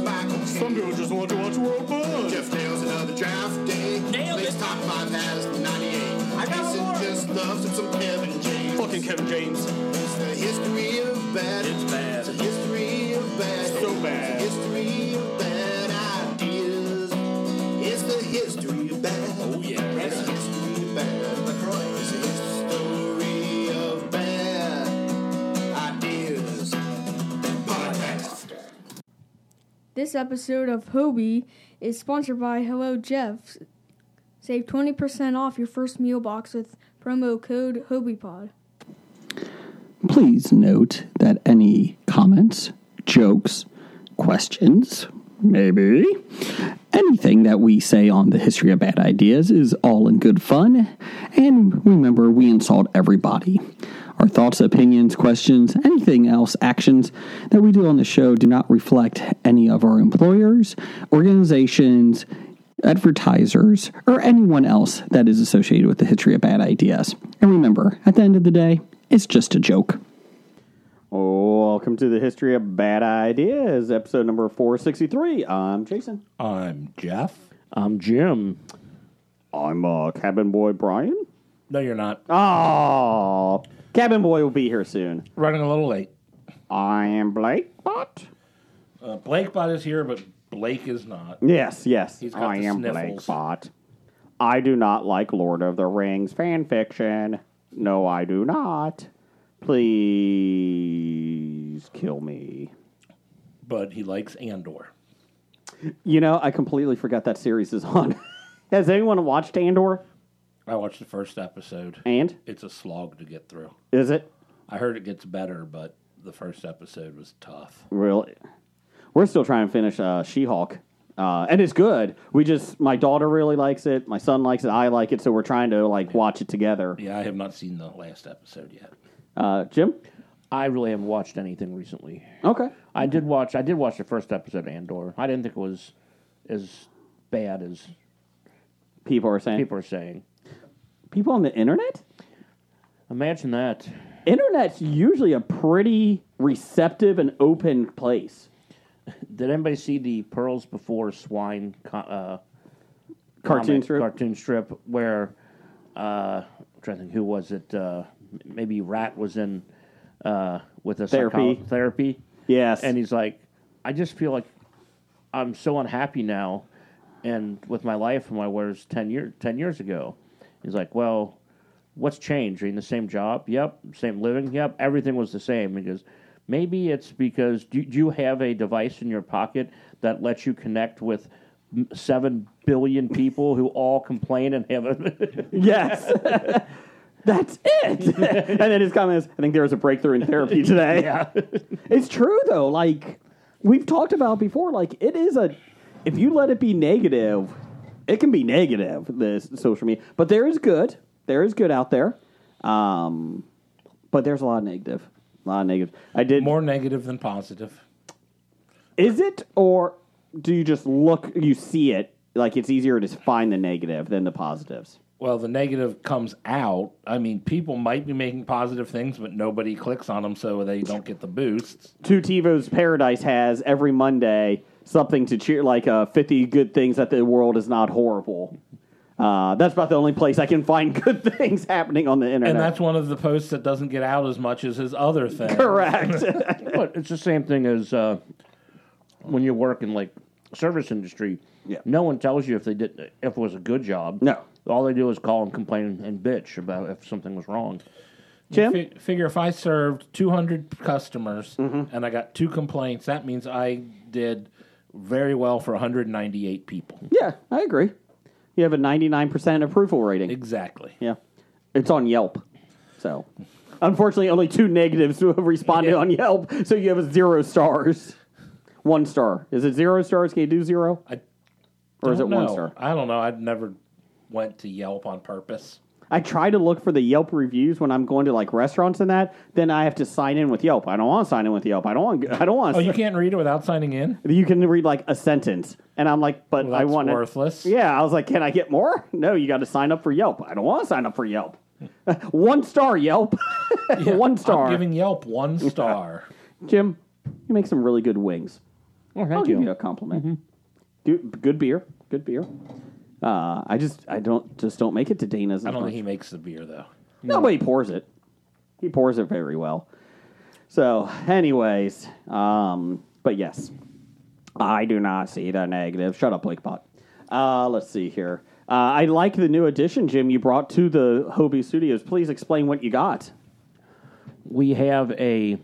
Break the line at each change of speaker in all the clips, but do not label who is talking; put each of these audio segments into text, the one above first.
Some people just want to watch world burn.
Jeff Nails another draft day.
Nailed
Makes
it.
top five has 98. I
got one more.
just loves him some Kevin James.
Fucking Kevin James.
It's the history of bad.
It's bad.
It's the history of bad.
So bad.
It's the history of bad ideas. It's the history of bad.
Oh, yeah.
It's the history of bad. LaCroix. It's the history of bad ideas. Podcast.
This episode of Hobie is sponsored by Hello Jeff. Save 20% off your first meal box with promo code HobiePod.
Please note that any comments, jokes, questions, maybe anything that we say on the history of bad ideas is all in good fun. And remember, we insult everybody. Our thoughts, opinions, questions, anything else, actions that we do on the show do not reflect any of our employers, organizations, advertisers, or anyone else that is associated with the history of bad ideas. And remember, at the end of the day, it's just a joke.
Welcome to the History of Bad Ideas, episode number 463. I'm Jason.
I'm Jeff.
Um,
I'm Jim.
I'm uh, Cabin Boy Brian.
No, you're not.
Oh, Cabin Boy will be here soon.
Running a little late.
I am Blake. What?
Uh, Blake Bot is here, but Blake is not.
Yes, yes.
He's got
I
the
am Blake
sniffles.
Bot. I do not like Lord of the Rings fan fiction. No, I do not. Please kill me.
But he likes Andor.
You know, I completely forgot that series is on. Has anyone watched Andor?
I watched the first episode.
And
It's a slog to get through.
is it
I heard it gets better, but the first episode was tough.
Really? We're still trying to finish uh, She Hulk. Uh, and it's good. We just, my daughter really likes it. My son likes it. I like it. So we're trying to like watch it together.
Yeah, I have not seen the last episode yet.
Uh, Jim?
I really haven't watched anything recently.
Okay.
I did watch. I did watch the first episode of Andor. I didn't think it was as bad as
People are saying. People,
people are saying.
on the internet?
Imagine that.
Internet's usually a pretty receptive and open place.
Did anybody see the Pearls Before Swine co- uh,
Cartoon
comic-
strip?
Cartoon strip where uh, I'm trying to think who was it? Uh, m- maybe Rat was in uh, with a
Therapy.
psycholo- therapy.
Yes.
and he's like, I just feel like I'm so unhappy now, and with my life and my was ten years ten years ago. He's like, well, what's changed? Are you in the same job? Yep. Same living? Yep. Everything was the same. He goes, maybe it's because do, do you have a device in your pocket that lets you connect with m- seven billion people who all complain and have a
yes. That's it. and then his comment is, I think there was a breakthrough in therapy today.
yeah.
It's true though. Like we've talked about before, like it is a if you let it be negative, it can be negative. This social media, but there is good. There is good out there. Um, but there's a lot of negative. A lot of negative. I did.
More negative than positive.
Is it or do you just look? You see it. Like it's easier to find the negative than the positives.
Well, the negative comes out. I mean, people might be making positive things, but nobody clicks on them, so they don't get the boosts.
Two TiVo's Paradise has every Monday something to cheer, like uh, 50 good things that the world is not horrible. Uh, that's about the only place I can find good things happening on the internet.
And that's one of the posts that doesn't get out as much as his other thing.
correct.
But it's the same thing as uh, when you work in like service industry.
Yeah.
No one tells you if they did if it was a good job.
No.
All they do is call and complain and bitch about if something was wrong.
Jim,
Fi- figure if I served 200 customers
Mm-hmm.
and I got two complaints, that means I did very well for 198 people.
yeah, I agree. You have a 99% approval rating.
Exactly.
Yeah, it's on Yelp. So, unfortunately, only two negatives who have responded on Yelp. So you have a zero stars. One star. Is it zero stars? Can you do zero?
I
or is it
Don't
one
know.
star?
I don't know. I've never went to Yelp on purpose.
I try to look for the Yelp reviews when I'm going to like restaurants and that. Then I have to sign in with Yelp. I don't want to sign in with Yelp. I don't want. I don't want.
Oh,
To,
you can't read it without signing in?
you can read like a sentence, and I'm like, but
Well,
I
that's
want
worthless.
Yeah, I was like, can I get more? No, you got to sign up for Yelp. I don't want to sign up for Yelp. one star Yelp. one star.
I'm giving Yelp one star.
Jim, you make some really good wings.
Well, thank
I'll
Oh,
you.
Mm-hmm.
give you a compliment. Good, good beer. Good beer. Uh, I just I don't just don't make it to Dana's.
I don't think he makes the beer though.
Hmm.
No, but he pours it. He pours it very well. So, anyways, um, but yes, I do not see the negative. Shut up, Lakepot. Uh, let's see here. Uh, I like the new addition, Jim, you brought to the Hobie Studios. Please explain what you got.
we have a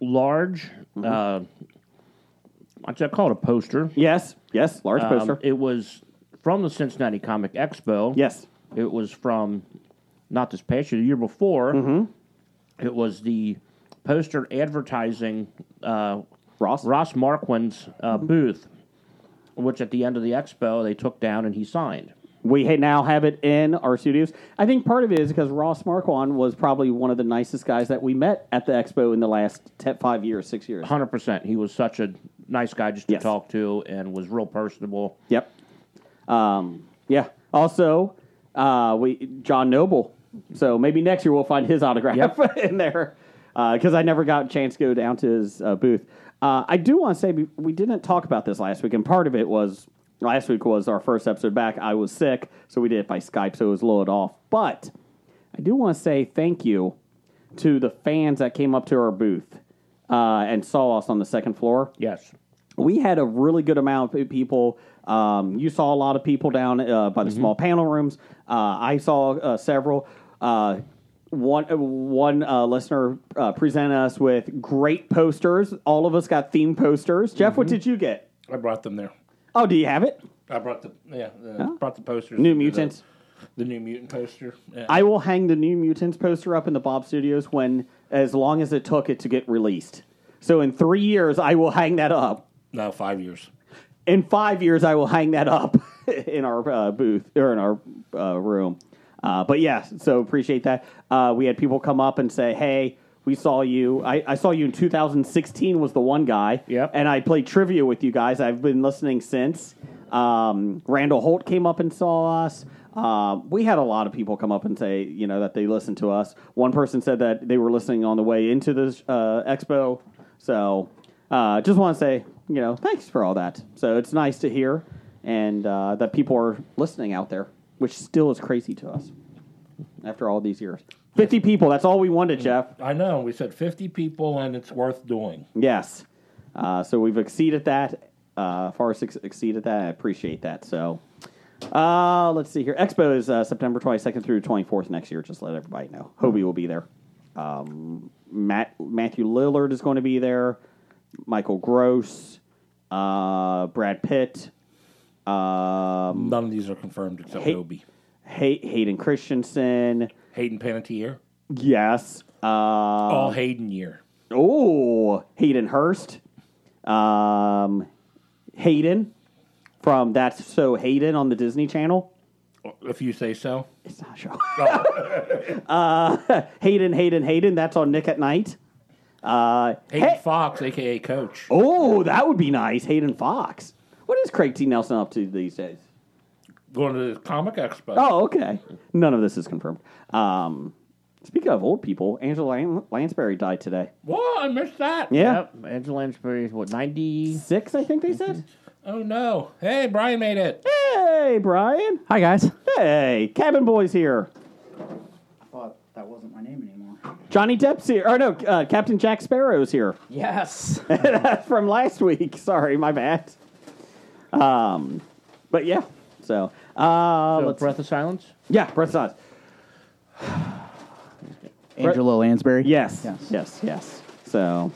large,
Mm-hmm.
uh, actually, I call it a poster.
Yes, yes, large
Um,
poster.
it was from the Cincinnati Comic Expo.
yes,
It was from not this past year, the year before.
Mm-hmm.
It was the poster advertising uh,
Ross.
Ross Marquand's uh,
Mm-hmm.
booth, which at the end of the expo they took down and he signed.
We ha- now have it in our studios. I think part of it is because Ross Marquand was probably one of the nicest guys that we met at the expo in the last te- five years, six years.
Hundred percent, he was such a nice guy just to
Yes.
talk to and was real personable.
Yep. Um, yeah. Also, uh, we John Noble. So maybe next year we'll find his autograph in there because I never got a chance to go down to his uh, booth. Uh, I do want to say we, we didn't talk about this last week, and part of it was last week was our first episode back. I was sick, so we did it by Skype, so it was loaded off. But I do want to say thank you to the fans that came up to our booth uh, and saw us on the second floor
Yes,
we had a really good amount of people. Um, you saw a lot of people down uh, by the small panel rooms. Uh, I saw uh, several. Uh, one one uh, listener uh, presented us with great posters. All of us got theme posters. Jeff, what did you get?
I brought them there.
Oh, do you have it?
I brought the yeah, uh, brought the posters.
New
The-
Mutants.
The, new mutant poster. Yeah.
I will hang the New Mutants poster up in the Bob Studios when, as long as it took it to get released. So in three years, I will hang that up.
no, five years.
in five years, I will hang that up in our uh, booth or in our uh, room. Uh, but yeah, so appreciate that. Uh, we had people come up and say, "Hey, we saw you. I, I saw you in 2016 was the one guy.
Yep.
And I played trivia with you guys. I've been listening since. Um, Randall Holt came up and saw us. Uh, we had a lot of people come up and say, you know, that they listened to us. One person said that they were listening on the way into the uh, expo. So uh, just want to say, you know, thanks for all that. So it's nice to hear and uh, that people are listening out there, which still is crazy to us after all these years. 50 people, that's all we wanted, Jeff.
I know. We said fifty people, and it's worth doing.
Yes. Uh, so we've exceeded that, uh, far ex- exceeded that. I appreciate that. So uh, let's see here. Expo is uh, September 22nd through 24th next year. Just let everybody know. Hobie will be there. Um, Matt Matthew Lillard is going to be there. Michael Gross, uh, Brad Pitt, um,
None of these are confirmed except
Hey-
Obi.
Hay- Hayden Christensen.
Hayden Panettiere.
Yes. Uh,
All Hayden year.
Oh, Hayden Hurst. Um, Hayden from That's So Hayden on the Disney Channel.
If you say so.
It's not a show. uh, Hayden, Hayden, Hayden. That's on Nick at Night. Uh,
Hayden
hey-
Fox, aka Coach.
oh, that would be nice. Hayden Fox. What is Craig T. Nelson up to these days?
Going to the comic expo.
Oh, okay. None of this is confirmed. Um, speaking of old people, Angela Lan- Lansbury died today.
Whoa, I missed that.
Yeah.
Yep. Angela Lansbury, what ninety?
Six, I think they said.
Oh no. Hey, Brian made it.
Hey, Brian.
Hi guys.
Hey, Cabin Boy's here.
thought that wasn't my name anymore.
Johnny Depp's here. Or no, uh, Captain Jack Sparrow's here
Yes.
from last week. Sorry, my bad. Um, but yeah. So, uh,
So
let's,
breath of silence.
yeah, press on.
Angela Lansbury.
Yes, yes,
Yes.
yes, So,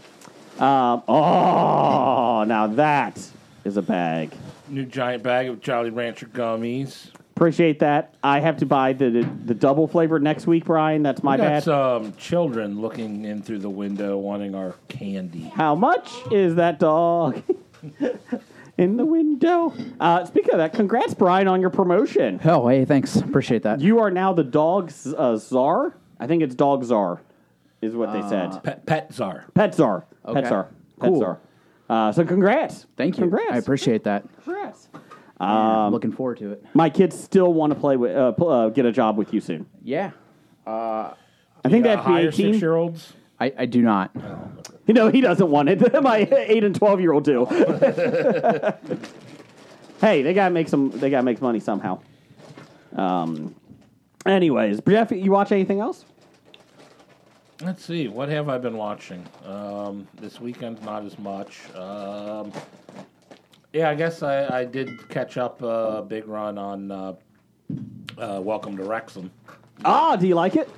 um, oh, now that is a bag.
New giant bag of Jolly Rancher gummies.
Appreciate that. I have to buy the the, the double flavor next week, Brian. That's my
I got
bad.
some children looking in through the window wanting our candy.
How much is that dog in the window? Uh, speaking of that, congrats, Brian, on your promotion.
Oh, hey, thanks. Appreciate that.
You are now the dog z- uh, czar. I think it's dog czar, is what they said.
Pet, pet czar.
Pet czar. Pet
Uh, Okay.
czar. Pet
Cool.
czar. Uh, so congrats.
Thank you.
Congrats.
I appreciate that.
Congrats.
I'm looking forward to it.
My kids still want to play with, uh, pl- uh, get a job with you soon.
Yeah.
I think
Uh,
that's the
hire
18.
six year olds.
I, I do not.
You know, he doesn't want it. My 8 and 12 year old do. hey, they gotta make some. They gotta make money somehow. Um. Anyways, Jeff, you watch anything else?
Let's see. What have I been watching? Um, this weekend, not as much. Um, yeah, I guess I, I did catch up uh, a big run on uh, uh, Welcome to Wrexham.
Ah, do you like it?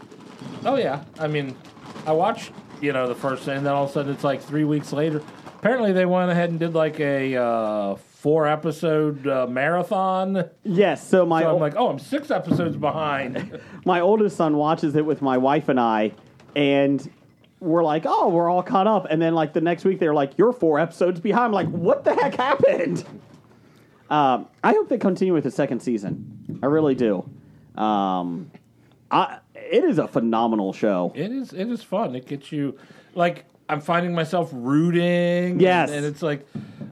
Oh yeah, I mean, I watched you know the first thing, and then all of a sudden it's like three weeks later. Apparently, they went ahead and did like a uh, four episode uh, marathon. So
Yes. So my
I'm
ol-
like, oh, I'm six episodes behind.
my oldest son watches it with my wife and I, and we're like, oh, we're all caught up. And then like the next week, they're like, you're four episodes behind. I'm like, what the heck happened? Um, I hope they continue with the second season. I really do. Um, I, it is a phenomenal show.
It is. It is fun. It gets you. Like I'm finding myself rooting.
Yes.
and, and it's like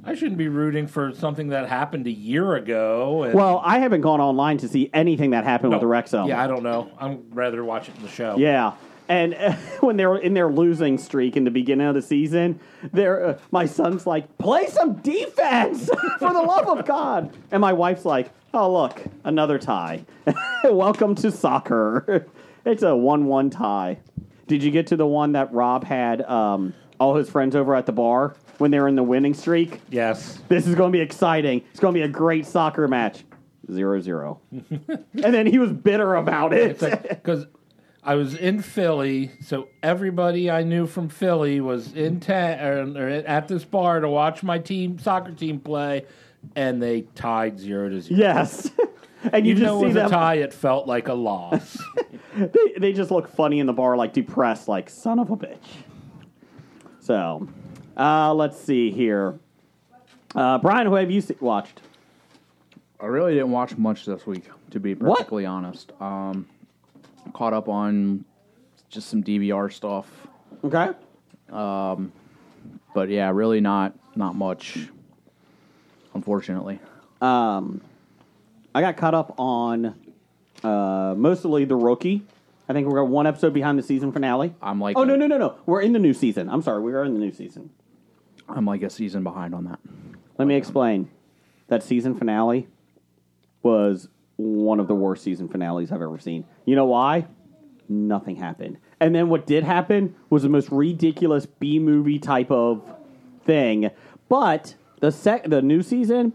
I shouldn't be rooting for something that happened a year ago. and-
Well, I haven't gone online to see anything that happened with the Rexo.
Yeah, I don't know. I'm rather watching the show.
Yeah. And uh, when they were in their losing streak in the beginning of the season, there uh, my son's like, "Play some defense for the love of God." And my wife's like, "Oh, look, another tie. Welcome to soccer. it's a 1-1 tie." Did you get to the one that Rob had um, all his friends over at the bar when they were in the winning streak?
Yes.
This is going to be exciting. It's going to be a great soccer match. Zero zero. and then he was bitter about it.
It's like because I was in Philly, so everybody I knew from Philly was in town or, or at this bar to watch my team soccer team play, and they tied zero to zero.
Yes. and you
Even
just
though it
see
was a
them.
tie, it felt like a loss.
They, they just look funny in the bar, like depressed, like son of a bitch. So, uh, let's see here. Uh, Brian, who have you se- watched?
I really didn't watch much this week, to be
What?
perfectly honest. Um, caught up on just some DVR stuff,
Okay.
but yeah, really not not much. Unfortunately,
I got caught up on uh, mostly the rookie. I think we're one episode behind the season finale.
I'm like
oh no
a-
no no no! We're in the new season. I'm sorry, we are in the new season.
I'm like a season behind on that.
Let me explain. That season finale was one of the worst season finales I've ever seen. You know why? Nothing happened. And then what did happen was the most ridiculous B movie type of thing. But the sec- the new season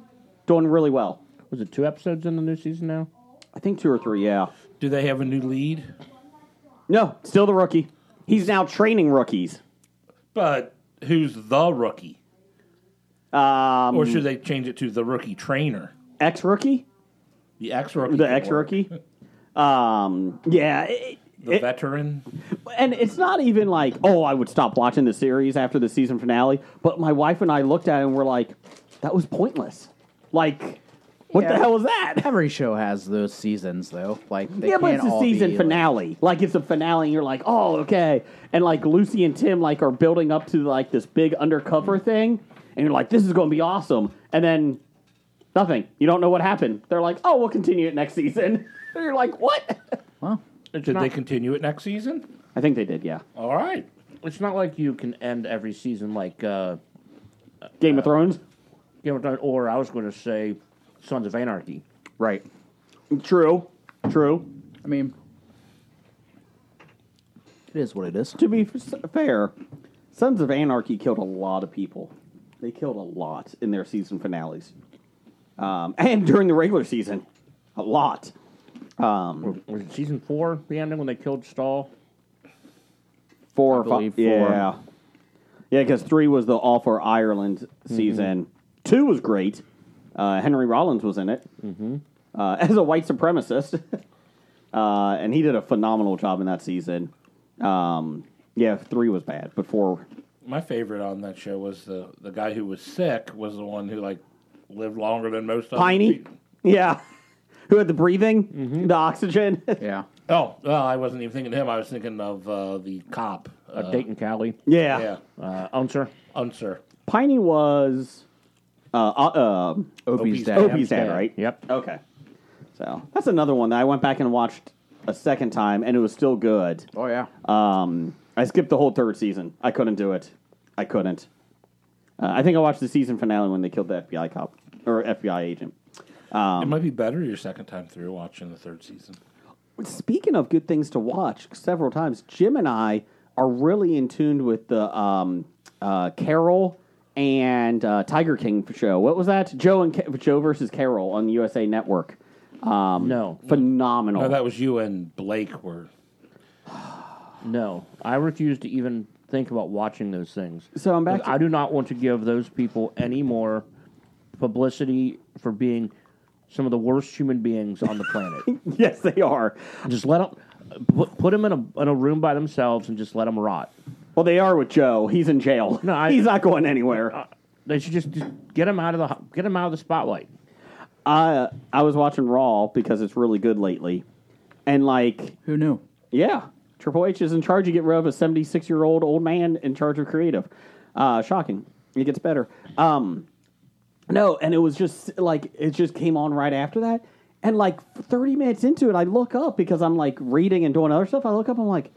doing really well.
Was it two episodes in the new season now?
I think two or three, yeah.
Do they have a new lead?
No, still the rookie. He's now training rookies.
But who's the rookie?
Um,
Or should they change it to the rookie trainer?
ex rookie,
The ex rookie.
the ex rookie. Um, yeah, it-
The
it-
veteran.
and it's not even like, oh, I would stop watching the series after the season finale. But my wife and I looked at it and we're like, that was pointless. Like, what the
Yeah.
hell was that?
Every show has those seasons, though. Like they
yeah, but
can't
it's a
all be,
season
like-
finale. Like, it's a finale, and you're like, oh, okay. And like Lucy and Tim like are building up to like this big undercover thing, and you're like, this is going to be awesome. And then nothing. You don't know what happened. They're like, oh, we'll continue it next season. and you're like, what?
well,
Did they continue it next season?
I think they did. Yeah,
All right.
It's not like you can end every season like uh,
Game of Thrones.
Game of Thrones, or I was going to say Sons of Anarchy.
right.
True. True.
I mean, it is what it is.
to be f- fair, Sons of Anarchy killed a lot of people. They killed a lot in their season finales, um, and during the regular season, a lot.
Was it season four the ending when they killed Stahl?
Four
I
or
believe
five.
four.
Yeah, yeah, because three was the All for Ireland
Mm-hmm.
season. Two was great. Uh, Henry Rollins was in it
Mm-hmm.
uh, as a white supremacist, uh, and he did a phenomenal job in that season. Um, yeah, three was bad, but four
My favorite on that show was the the guy who was sick was the one who like lived longer than most. other
Piney.
people.
Yeah. Who had the breathing, the oxygen.
Yeah.
Oh well, I wasn't even thinking of him. I was thinking of uh, the cop. Uh,
Dayton Cowley,
yeah.
yeah, Um,
uh, Unser.
Unser.
Piney was uh, uh, uh,
Opie's dad.
Opie's dad, right?
Yep.
Okay. So that's another one that I went back and watched a second time, and it was still good.
Oh yeah.
Um, I skipped the whole third season. I couldn't do it. I couldn't. Uh, I think I watched the season finale when they killed the FBI cop. or FBI agent. Um,
it might be better your second time through watching the third season.
Speaking of good things to watch, several times Jim and I are really in tune with the um, uh, Carol and uh, Tiger King show. What was that? Joe and Ca- Joe versus Carol on the USA Network. Um,
No.
phenomenal.
No, that was you and Blake were.
No, I refuse to even think about watching those things.
So I'm back to-
I do not want to give those people any more publicity for being some of the worst human beings on the planet.
yes, they are.
just let them put them in a in a room by themselves and just let them rot.
Well, they are with Joe. He's in jail.
No, I-
he's not going anywhere.
They should just, just get them out of the ho- get them out of the spotlight.
I I was watching Raw because it's really good lately, and like
Who knew?
yeah, Triple H is in charge. You get rid of a seventy six year old old man in charge of creative. Uh, shocking. It gets better. Um, no, and it was just like it just came on right after that, and like thirty minutes into it, I look up because I'm like reading and doing other stuff. I look up, I'm like,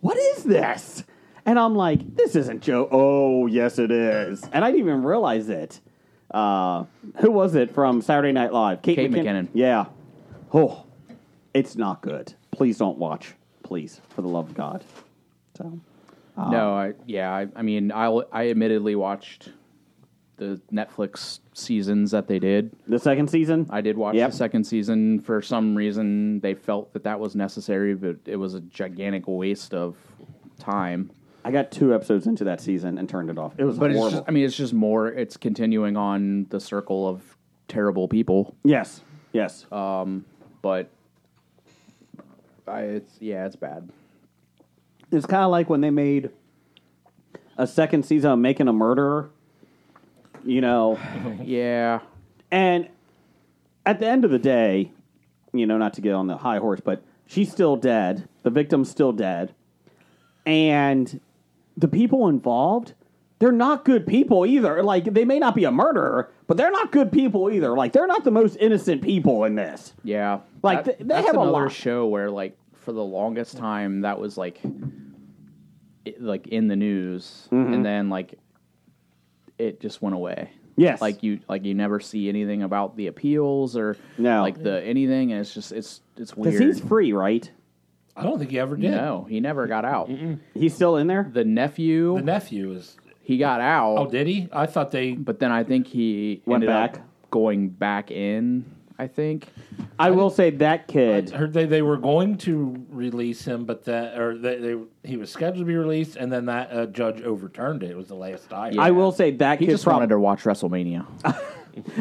what is this? And I'm like, this isn't Joe. Oh, yes, it is. And I didn't even realize it. Uh, who was it from Saturday Night Live?
Kate
McKin-
McKinnon.
Yeah. Oh, it's not good. Please don't watch. Please, for the love of God. So,
no, I yeah, I, I mean, I I admittedly watched the Netflix seasons that they did.
the second season?
I did watch
Yep.
the second season. For some reason, they felt that that was necessary, but it was a gigantic waste of time.
I got two episodes into that season and turned it off. It was
But
horrible.
it's just, I mean, it's just more. It's continuing on the circle of terrible people.
yes. Yes.
uh, But I, it's yeah, it's bad.
It's kind of like when they made a second season of Making a Murderer. You know,
Yeah,
and at the end of the day, you know, not to get on the high horse, but she's still dead. The victim's still dead, and the people involved, they're not good people either. Like they may not be a murderer, but they're not good people either. Like they're not the most innocent people in this.
yeah.
Like, th- they
that's
have a
another
lot.
show where like for the longest time that was like it, like in the news,
Mm-hmm.
and then like it just went away.
Yes.
like you like you never see anything about the appeals or
No.
like the anything, and it's just it's it's
Because
weird.
he's free, right?
I don't think he ever did.
no, he never got out.
He's still in there.
The nephew,
The nephew is.
he got out.
Oh, did he? I thought they.
but then I think he
Went
ended up
back.
going back in. I think
I will say that
I
kid.
heard they, they were going to release him, but that or they, they he was scheduled to be released, and then that uh, judge overturned it. It was the last I. heard.
I will say that
he
kid.
just
prob-
wanted to watch WrestleMania.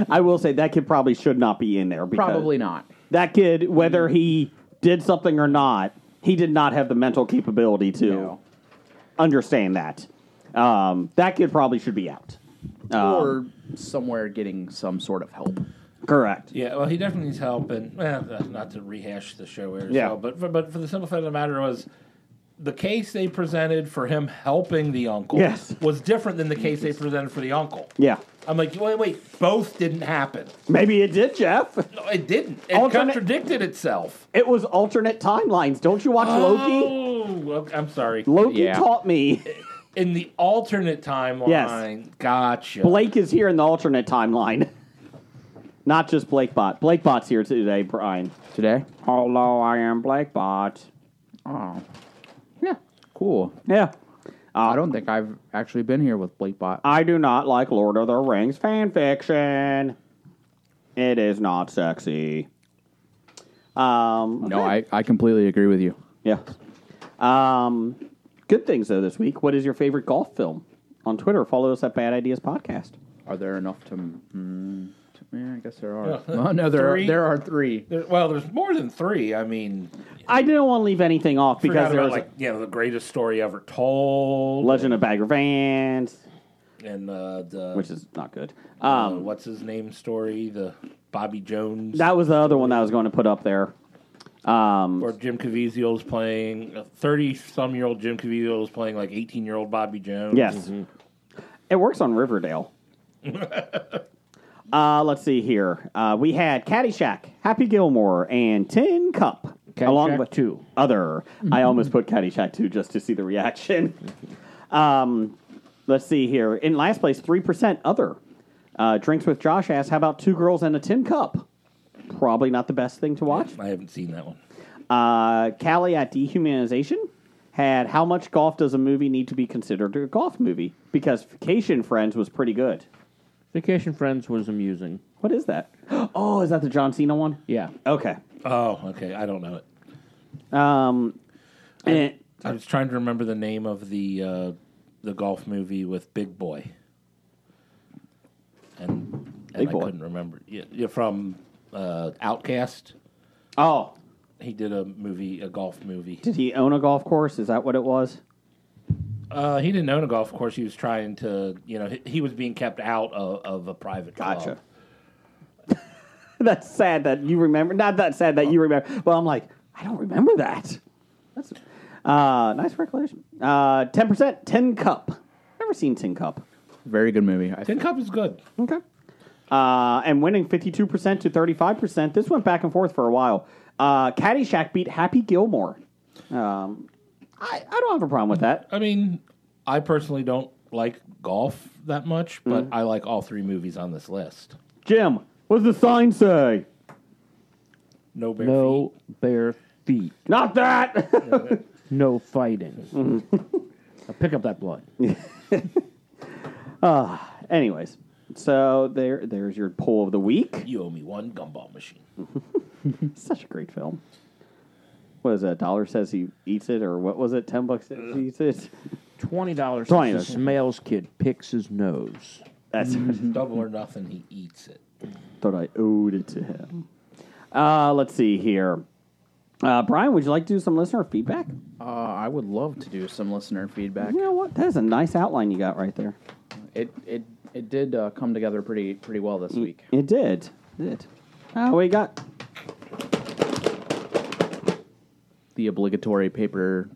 I will say that kid probably should not be in there. Because
Probably not.
that kid, whether
Mm.
he did something or not, he did not have the mental capability to
No.
understand that. Um, that kid probably should be out. Um,
or somewhere getting some sort of help.
correct.
Yeah, well, he definitely needs help, and eh, not to rehash the show here,
Yeah.
yeah. but for, but for the simple fact of the matter was, the case they presented for him helping the uncle
Yes.
was different than the case they presented for the uncle.
Yeah,
I'm like, wait, wait, both didn't happen.
maybe it did, Jeff.
No, it didn't. It
Alternate-
contradicted itself.
It was alternate timelines. Don't you watch Loki?
Oh, okay, I'm sorry.
Loki
Yeah.
taught me.
In the alternate timeline, gotcha.
Blake is here in the alternate timeline. Not just Blake Bot. Blake Bot's here today, Brian.
Today?
Hello, I am Blake Bot.
Oh. Yeah. Cool.
Yeah.
I don't think I've actually been here with Blake Bot.
I do not like Lord of the Rings fan fiction. It is not sexy. Um,
No, I, I completely agree with you.
yeah. Um, good things though this week. What is your favorite golf film? On Twitter, follow us at Bad Ideas Podcast.
Are there enough to. Mm, to- yeah, I guess there are. oh, no, there are,
Three?
there are three.
There- well, there's more than three. I mean,
I didn't want to leave anything off because
forgot
there
about
was
like
a
you know the greatest story ever told,
Legend of Bagger Vance,
and uh, the
which is not good.
uh,
Um,
what's his name story, the Bobby Jones.
that was the other one that I was going to put up there. Um,
Or Jim Caviezel's playing thirty-some-year-old Jim Caviezel is playing like eighteen-year-old Bobby Jones.
Yes. It works on Riverdale. uh, let's see here. Uh, we had Caddyshack, Happy Gilmore, and Tin Cup.
Caddyshack 2.
Other. I almost put Caddyshack 2 just to see the reaction. um, let's see here. In last place, 3% Other. Uh, Drinks with Josh asks, "How about two girls and a tin cup?" Probably not the best thing to watch.
I haven't seen that one.
Uh, Callie at Dehumanization had how much golf does a movie need to be considered a golf movie? Because Vacation Friends was pretty good.
Vacation Friends was amusing.
What is that? Oh, is that the John Cena one?
Yeah.
Okay.
Oh, okay. I don't know it.
Um, and it-
I was trying to remember the name of the uh, the golf movie with Big Boy, and, and
Big
I
Boy.
couldn't remember. Yeah, yeah, from uh, Outcast.
oh,
He did a movie, a golf movie.
did he own a golf course? Is that what it was?
Uh, he didn't own a golf course. He was trying to, you know, he, he was being kept out of, of a private club.
Oh. That's sad that you remember. Not that sad that you remember. But I'm like, I don't remember that. That's uh, nice recollection. Uh, 10%, 10 Cup. Never seen 10 Cup.
Very good movie. I
Tin
think
Cup is good.
Okay. Uh, and winning 52% to 35%. This went back and forth for a while. Uh, Caddyshack beat Happy Gilmore. Um, I, I don't have a problem with that.
I mean, I personally don't like golf that much, but
Mm-hmm.
I like all three movies on this list.
Jim, what does the sign say?
No bare feet.
No bare feet.
Not that!
No fighting. Now pick up that blood.
Anyways, so there, there's your poll of the week.
You owe me one gumball machine.
Such a great film. What is that? Dollar says he eats it, or what was it? Ten bucks says he eats it.
Twenty dollars.
$20.
The Smales kid picks his nose.
That's
Double or nothing, he eats it.
thought I owed it to him. Uh, let's see here. Uh, Brian, would you like to do some listener feedback?
uh, I would love to do some listener feedback.
You know what? That is a nice outline you got right there.
It it it did uh, come together pretty pretty well this week.
It did. It did. Uh, what you got?
The obligatory paper.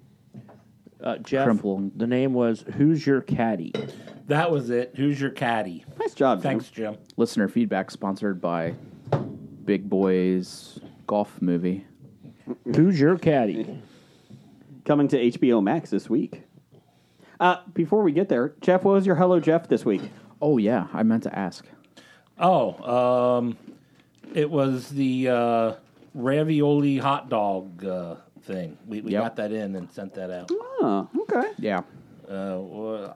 Uh, Jeff,
Crumple.
the name was Who's Your Caddy?
That was it. Who's your caddy?
Nice job, Jim.
Thanks, Jim.
listener feedback sponsored by Big Boys Golf Movie.
Who's Your Caddy?
Coming to HBO Max this week. Uh, before we get there, Jeff, what was your Hello Jeff this week?
Oh yeah, I meant to ask.
Oh, um, it was the uh, ravioli hot dog uh, thing. We, we
Yep.
got that in and sent that out.
Oh, okay.
Yeah,
Uh, wha-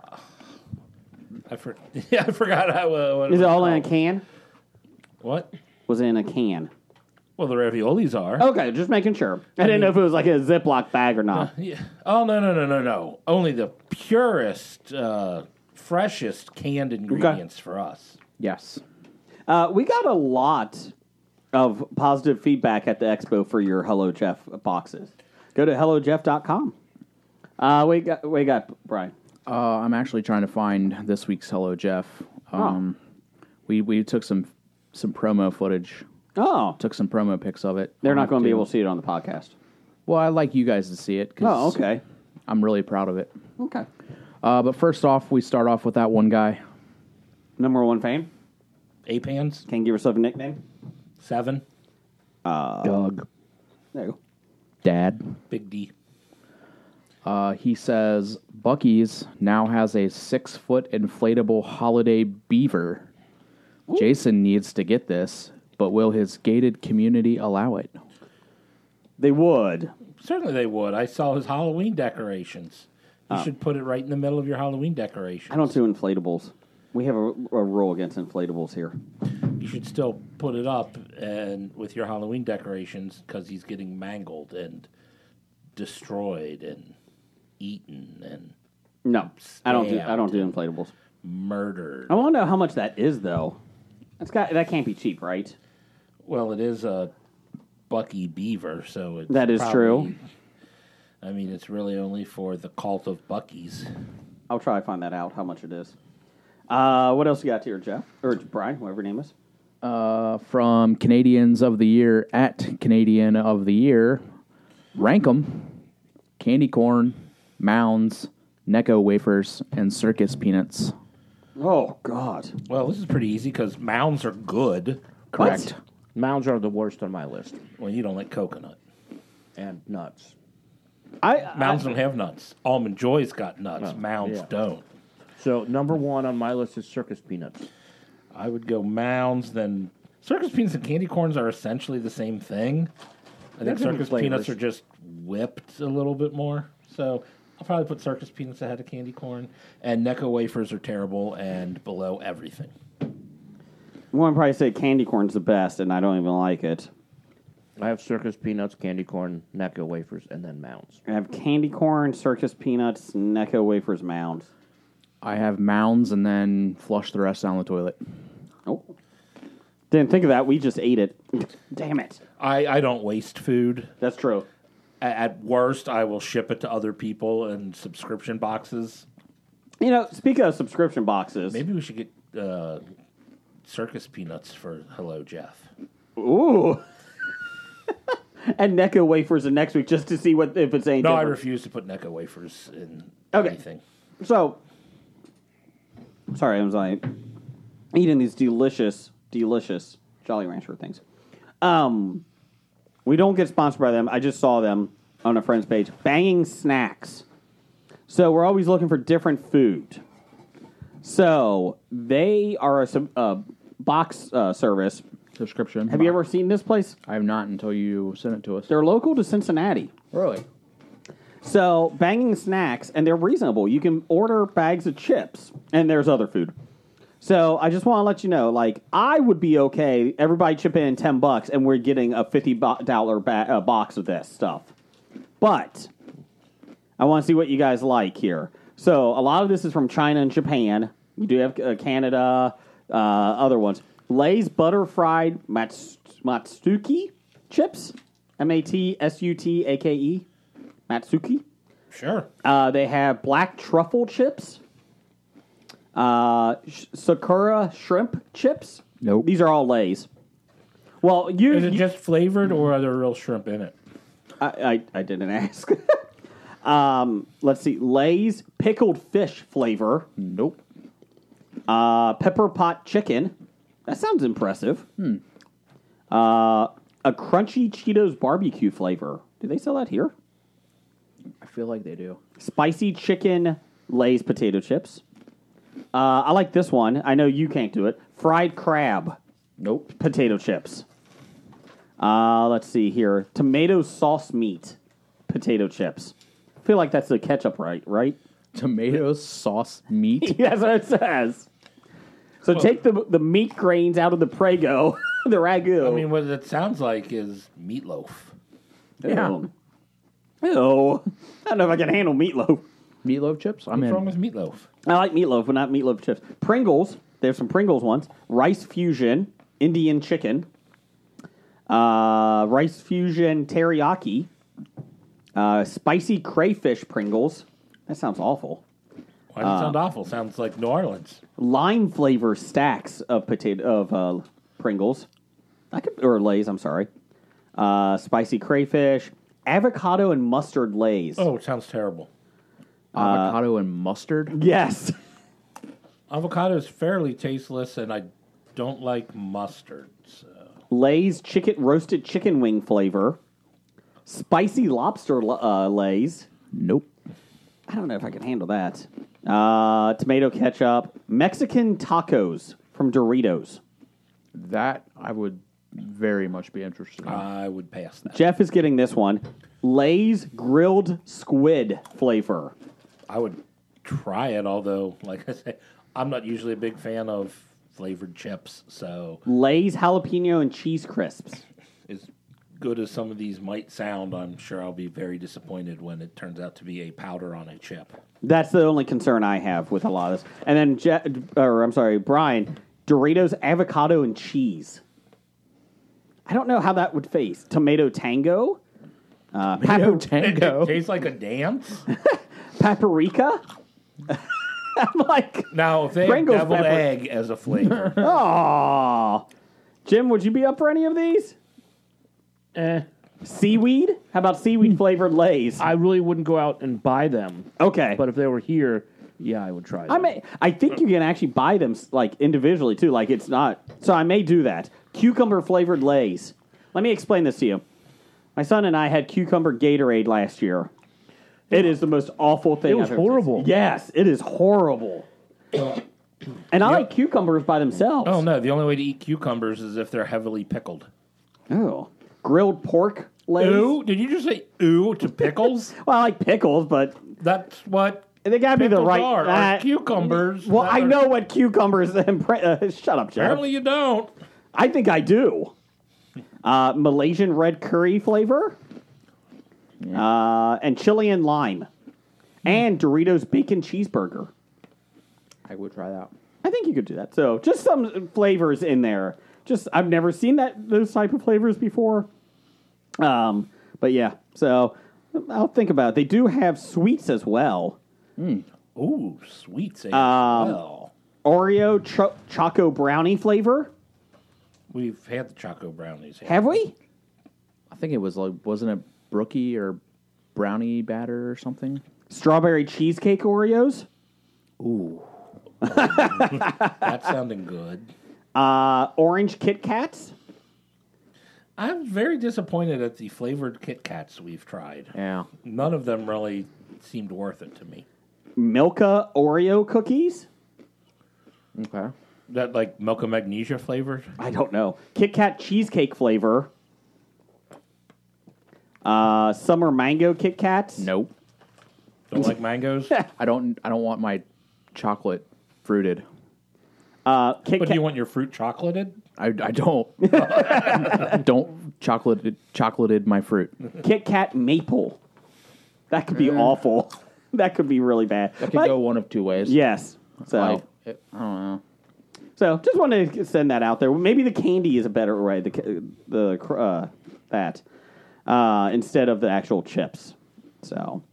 I, for, yeah, I forgot how. Uh, what
Is it
was
all in a
called.
can?
What?
Was it in a can?
Well, the raviolis are.
Okay, just making sure. I didn't know if it was like a Ziploc bag or not.
Yeah. Oh no no no no no! Only the purest, uh, freshest canned ingredients for us.
yes.
Uh, we got a lot of positive feedback at the expo for your Hello Jeff boxes. Go to hellojeff.com. Uh, we got, we got Brian.
Uh, I'm actually trying to find this week's Hello Jeff.
Oh.
Um, We we took some some promo footage,
Oh,
took some promo pics of it.
they're
I'll
not
have
going to be able to see it on the podcast.
Well, I like you guys to see it. 'cause
Oh, okay,
I'm really proud of it.
okay.
Uh, but first off, we start off with that one guy.
Number one fame.
Apans
Can you give yourself a nickname?
seven,
Doug.
There you go.
Dad.
big D.
Uh, he says Bucky's now has a six foot inflatable holiday beaver. Jason needs to get this, but will his gated community allow it?
They would.
Certainly they would. I saw his Halloween decorations. You should put it right in the middle of your Halloween decorations.
Oh. I don't do inflatables. We have a, a rule against inflatables here.
You should still put it up and with your Halloween decorations because he's getting mangled and destroyed and eaten and
No, I don't do I don't do inflatables.
murdered.
I want to know how much that is though. That's got that can't be cheap, right?
Well, it is a Bucky Beaver, so it's
That is
probably-
true.
I mean, it's really only for the cult of Buckies.
I'll try to find that out how much it is. Uh, what else you got here, Jeff or Brian, whatever your name is?
Uh, from Canadians of the Year at Canadian of the Year, Rankum, Candy Corn, Mounds, Necco Wafers, and Circus Peanuts.
Oh God,
Well, this is pretty easy because mounds are good.
Correct.
Mounds are the worst on my list.
Well, you don't like coconut.
And nuts.
I
Mounds don't have nuts. Almond Joy's got nuts. Mounds
yeah.
don't.
So number one on my list is circus peanuts.
I would go Mounds, then circus peanuts and candy corns are essentially the same thing. I think
different
circus peanuts
flavors.
are just whipped a little bit more. So I'll probably put circus peanuts ahead of candy corn. And Necco wafers are terrible and below everything.
Well, I'd probably say candy corn's the best, and I don't even like it.
I have circus peanuts, candy corn, Necco wafers, and then mounds.
I have candy corn, circus peanuts, Necco wafers, mound.
I have mounds and then flush the rest down the toilet.
Oh. Didn't think of that. We just ate it. Damn it.
I, I don't waste food.
That's true.
A- At worst, I will ship it to other people in subscription boxes.
You know, speak of subscription boxes.
Maybe we should get uh, circus peanuts for Hello Jeff.
Ooh. and Necco wafers the next week just to see what if it's any
No, I
different.
refuse to put Necco wafers in
Okay.
anything.
so, sorry, I was like eating these delicious, delicious Jolly Rancher things. Um, we don't get sponsored by them. I just saw them on a friend's page. Banging snacks. So we're always looking for different food. So they are a sub- uh, box uh, service.
Subscription.
Have you ever seen this place?
I have not until you sent it to us.
They're local to Cincinnati.
Really?
So banging snacks, and they're reasonable. You can order bags of chips, and there's other food. So I just want to let you know, like I would be okay. Everybody chip in ten bucks, and we're getting a fifty bo- dollar ba- uh, box of this stuff. But I want to see what you guys like here. So a lot of this is from China and Japan. You do have uh, Canada, uh, other ones. Lay's butter fried mats- matsuki chips, M A T S U T A K E, matsuki.
Sure.
Uh, they have black truffle chips, uh, sh- Sakura shrimp chips.
Nope.
These are all Lay's. Well, you,
Is it
you-
just flavored or are there real shrimp in it?
I, I, I didn't ask. um, let's see. Lay's pickled fish flavor,
Nope.
uh, pepper pot chicken. That sounds impressive.
Hmm.
Uh, a crunchy Cheetos barbecue flavor. Do they sell that here?
I feel like they do.
Spicy chicken Lay's potato chips. Uh, I like this one. I know you can't do it. Fried crab
Nope.
potato chips. Uh, let's see here. Tomato sauce meat potato chips. I feel like that's the ketchup, right? Right?
Tomatoes, sauce, meat.
That's what it says. So take the the meat grains out of the prego, the ragu.
I mean, what it sounds like is meatloaf.
yeah.
Oh, I don't know if I can handle meatloaf.
Meatloaf chips? I'm
What's
in.
wrong with meatloaf?
I like meatloaf, but not meatloaf chips. Pringles. There's some Pringles ones. Rice fusion, Indian chicken, uh, rice fusion teriyaki, uh, spicy crayfish Pringles. That sounds awful.
Why does it sound awful? Sounds like New Orleans.
Lime flavor stacks of potato of uh, Pringles. I could or Lay's. I'm sorry. Uh, spicy crayfish, avocado and mustard Lay's.
Oh, it sounds terrible.
Avocado and mustard?
Yes.
Avocado is fairly tasteless, and I don't like mustard. So.
Lay's chicken roasted chicken wing flavor, spicy lobster uh, Lay's.
Nope.
I don't know if I can handle that. Uh, tomato ketchup, Mexican tacos from Doritos.
That I would very much be interested in.
I would pass that.
Jeff is getting this one. Lay's grilled squid flavor.
I would try it, although, like I say, I'm not usually a big fan of flavored chips. So,
Lay's jalapeno and cheese crisps.
as good as some of these might sound, I'm sure I'll be very disappointed when it turns out to be a powder on a chip.
That's the only concern I have with a lot of this. And then Jeff, or I'm sorry, Brian, Doritos avocado and cheese. I don't know how that would face. Tomato tango? Uh,
No
papri-
tango.
Tastes like a dance.
paprika? I'm like,
Now, if they
Pringles
have deviled
pepper.
egg as a flavor,
oh. Jim, would you be up for any of these?
Eh,
Seaweed? How about seaweed flavored Lay's?
I really wouldn't go out and buy them,
Okay.
but if they were here, yeah, I would try them.
I may. I think you can actually buy them like individually too. Like it's not. So I may do that. Cucumber flavored Lay's. Let me explain this to you. My son and I had cucumber Gatorade last year. It is the most awful thing.
was
I've ever tasted.
horrible.
Yes, it is horrible. And I like cucumbers by themselves.
Oh no, the only way to eat cucumbers is if they're heavily pickled.
Oh. Grilled pork legs.
Ooh, did you just say ooh to pickles?
Well, I like pickles, but
That's what
they gotta be
pickles
the right.
are, are
that-
cucumbers.
well,
that
I
are-
know what cucumbers. impre- uh, shut up, Jared.
Apparently you don't.
I think I do. Uh, Malaysian red curry flavor, uh, and chili and lime, and Doritos bacon cheeseburger.
I would try that.
I think you could do that. So just some flavors in there. Just I've never seen that those type of flavors before. Um, but yeah, so I'll think about it. They do have sweets as well.
Ooh, sweets. as well.
Oreo cho- choco brownie flavor.
We've had the choco brownies.
Have we?
I think it was like wasn't it brookie or brownie batter or something?
Strawberry cheesecake Oreos.
That's sounding good.
Uh, orange Kit Kats.
I'm very disappointed at the flavored Kit Kats we've tried.
Yeah.
None of them really seemed worth it to me.
Milka Oreo cookies.
Okay.
That like milk and magnesia flavored.
I don't know. Kit Kat cheesecake flavor. Uh, summer mango Kit Kats.
Nope.
Don't like mangoes.
I don't. I don't want my chocolate fruited.
Uh, Kit
But do
Kat.
you want your fruit chocolated?
I, I don't. don't chocolate chocolated my fruit.
Kit Kat maple. That could be awful. That could be really bad.
Mm. That could
But-
go one of two ways.
Yes. So,
Like, it- I don't know.
so just wanted to send that out there. Maybe the candy is a better way. The ca- the cr- uh, that uh, instead of the actual chips. So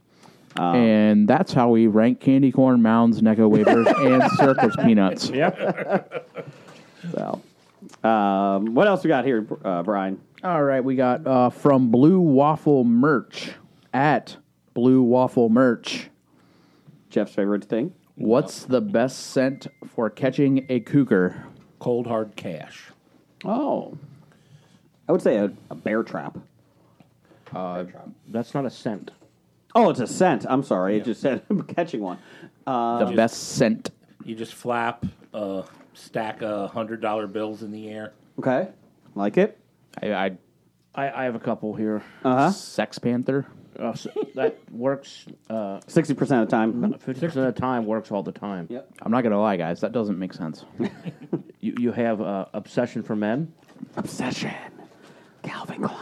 and that's how we rank candy corn mounds, Necco wafers, and circus peanuts.
so. Um, what else we got here, uh, Brian?
All right, we got uh, from Blue Waffle Merch at Blue Waffle Merch.
Jeff's favorite thing.
What's the best scent for catching a cougar?
Cold hard cash.
Oh. I would say a, a bear trap.
That's not a scent.
Oh, it's a scent. I'm sorry. It just said I'm catching one.
the best scent.
You just flap a stack of hundred dollar bills in the air.
Okay. Like it.
I, I
I, I have a couple here.
Sex Panther.
Uh, so that works uh,
60% of the time.
50% of the time, works all the time.
Yep.
I'm not gonna lie, guys, that doesn't make sense.
You, you have uh, Obsession for Men.
Obsession. Calvin Klein.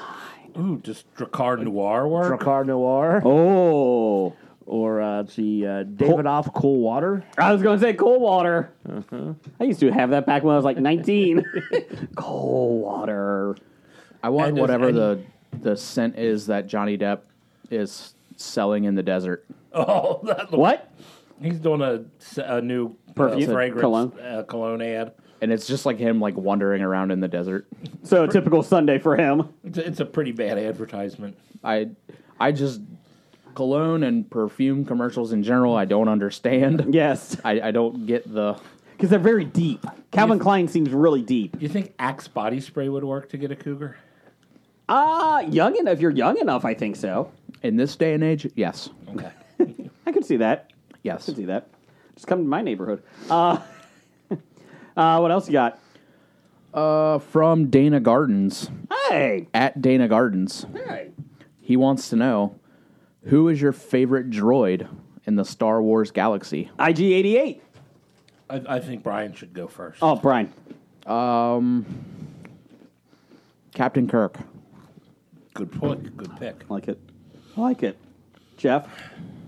Ooh, does Dracar Noir work?
Dracar Noir.
Oh.
Or uh, the uh, David Off Cool Water.
I was going to say cold water. I used to have that back when I was like 19. cold water.
I want
And does
whatever
any-
the the scent is that Johnny Depp is selling in the desert.
Oh, that look-
What?
he's doing a, s- a new
Perfume?
uh, fragrance
Cologne?
Uh, cologne ad.
And it's just like him like wandering around in the desert.
So a typical Sunday for him.
It's a, it's a pretty bad advertisement.
I I just cologne and perfume commercials in general I don't understand.
Yes.
I, I don't get the
Because they're very deep. Calvin Klein seems really deep.
You think Axe body spray would work to get a cougar?
Ah, young enough. If you're young enough, I think so.
in this day and age, yes.
Okay.
I could see that.
Yes.
Could see that. Just come to my neighborhood. Uh, uh, what else you got?
Uh from Dana Gardens.
Hey,
At Dana Gardens.
hey.
He wants to know who is your favorite droid in the Star Wars galaxy?
IG88.
I, I think Brian should go first.
Oh, Brian.
Captain Kirk.
Good pick. Good pick.
I like it. I like it. Jeff.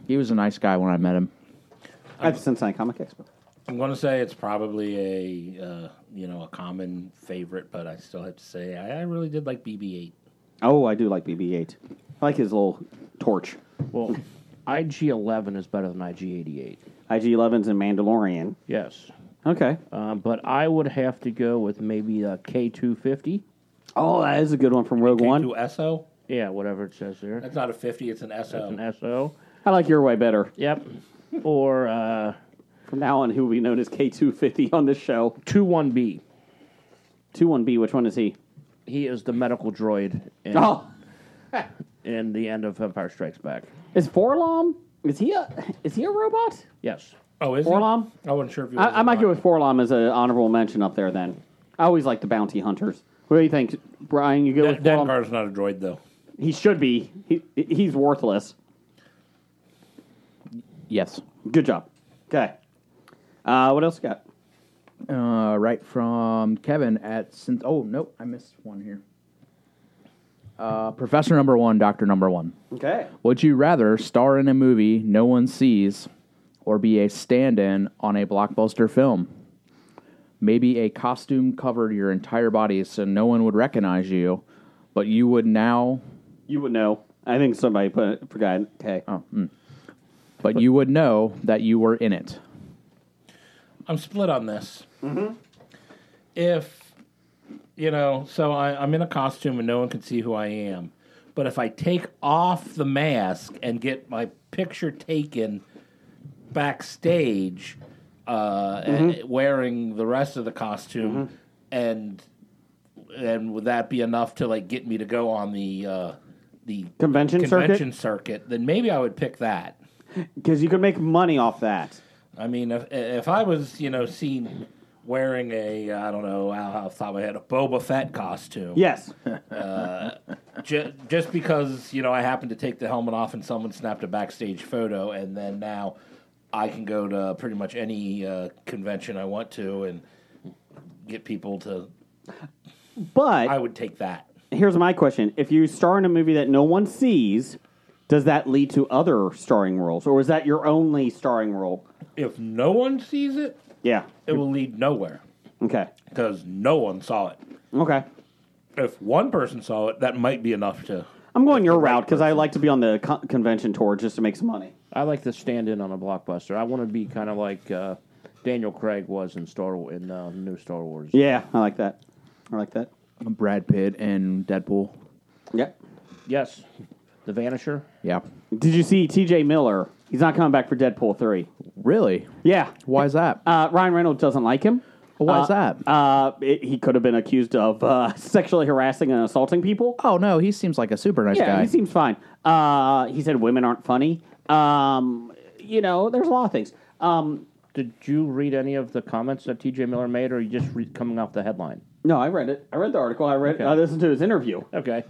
He was a nice guy when I met him.
At the Cincinnati Comic Expo.
I'm going to say it's probably a uh, you know a common favorite, but I still have to say I, I really did like BB-8.
Oh, I do like BB-8. I like his little torch.
Well, IG 11 is better than IG 88.
IG-11's and Mandalorian.
Yes.
Okay.
Um, but I would have to go with maybe a K250.
Oh, that is a good one from Rogue One.
K2SO.
Yeah, whatever it says there.
That's not a 50. It's an SO.
That's an SO.
I like your way better.
Yep. Or uh,
From now on, he will be known as K250 on this show.
21B.
2-1-B, which one is he?
He is the medical droid in,
Oh,
in the end of Empire Strikes Back.
is Forlom? Is he a, is he a robot?
Yes.
Oh, is he?
Orlom?
I wasn't sure if you.
I, I might go with Forlom as an honorable mention up there. Then I always like the bounty hunters. What do you think, Brian? You go
Dan
with Forlom?
Dangar's not a droid though.
He should be. He he's worthless.
Yes.
Good job. Okay. Uh, what else you got?
Uh, right from Kevin at Synth. Oh nope, I missed one here. Uh, Professor number one, Doctor number one.
Okay.
Would you rather star in a movie no one sees, or be a stand-in on a blockbuster film? Maybe a costume covered your entire body so no one would recognize you, but you would now
You would know. I think somebody put it, forgot. Okay.
Oh.
but you would know that you were in it.
I'm split on this. If you know, so I, I'm in a costume and no one can see who I am. But if I take off the mask and get my picture taken backstage, uh, and wearing the rest of the costume, and and would that be enough to like get me to go on the uh, the
Convention circuit?
convention circuit? Then maybe I would pick that.
Because you could make money off that.
I mean, if if I was you know seen wearing a I don't know off the top of my head a Boba Fett costume,
Yes.
ju- just because you know I happened to take the helmet off and someone snapped a backstage photo, and then now I can go to pretty much any uh, convention I want to and get people to.
But
I would take that.
here's my question: If you star in a movie that no one sees, does that lead to other starring roles, or is that your only starring role?
If no one sees it,
Yeah.
it will lead nowhere
Okay.
because no one saw it.
Okay.
If one person saw it, that might be enough to.
I'm going your route because I like to be on the con- convention tour just to make some money.
I like the stand-in on a blockbuster. I want to be kind of like uh, Daniel Craig was in Star Wa- in uh, new Star Wars.
Yeah, I like that. I like that.
Brad Pitt and Deadpool.
Yeah.
Yes, The Vanisher.
Yeah.
Did you see T.J. Miller? He's not coming back for Deadpool three.
Really?
Yeah.
Why is that?
Uh, Ryan Reynolds doesn't like him.
Why is
Uh,
that?
Uh, it, he could have been accused of uh, sexually harassing and assaulting people.
oh no, he seems like a super nice
yeah,
guy.
he seems fine. Uh, he said women aren't funny. Um, you know, there's a lot of things. Um,
Did you read any of the comments that T.J. Miller made, or are you just re- coming off the headline?
no, I read it. I read the article. I read. I listened to his interview.
Okay.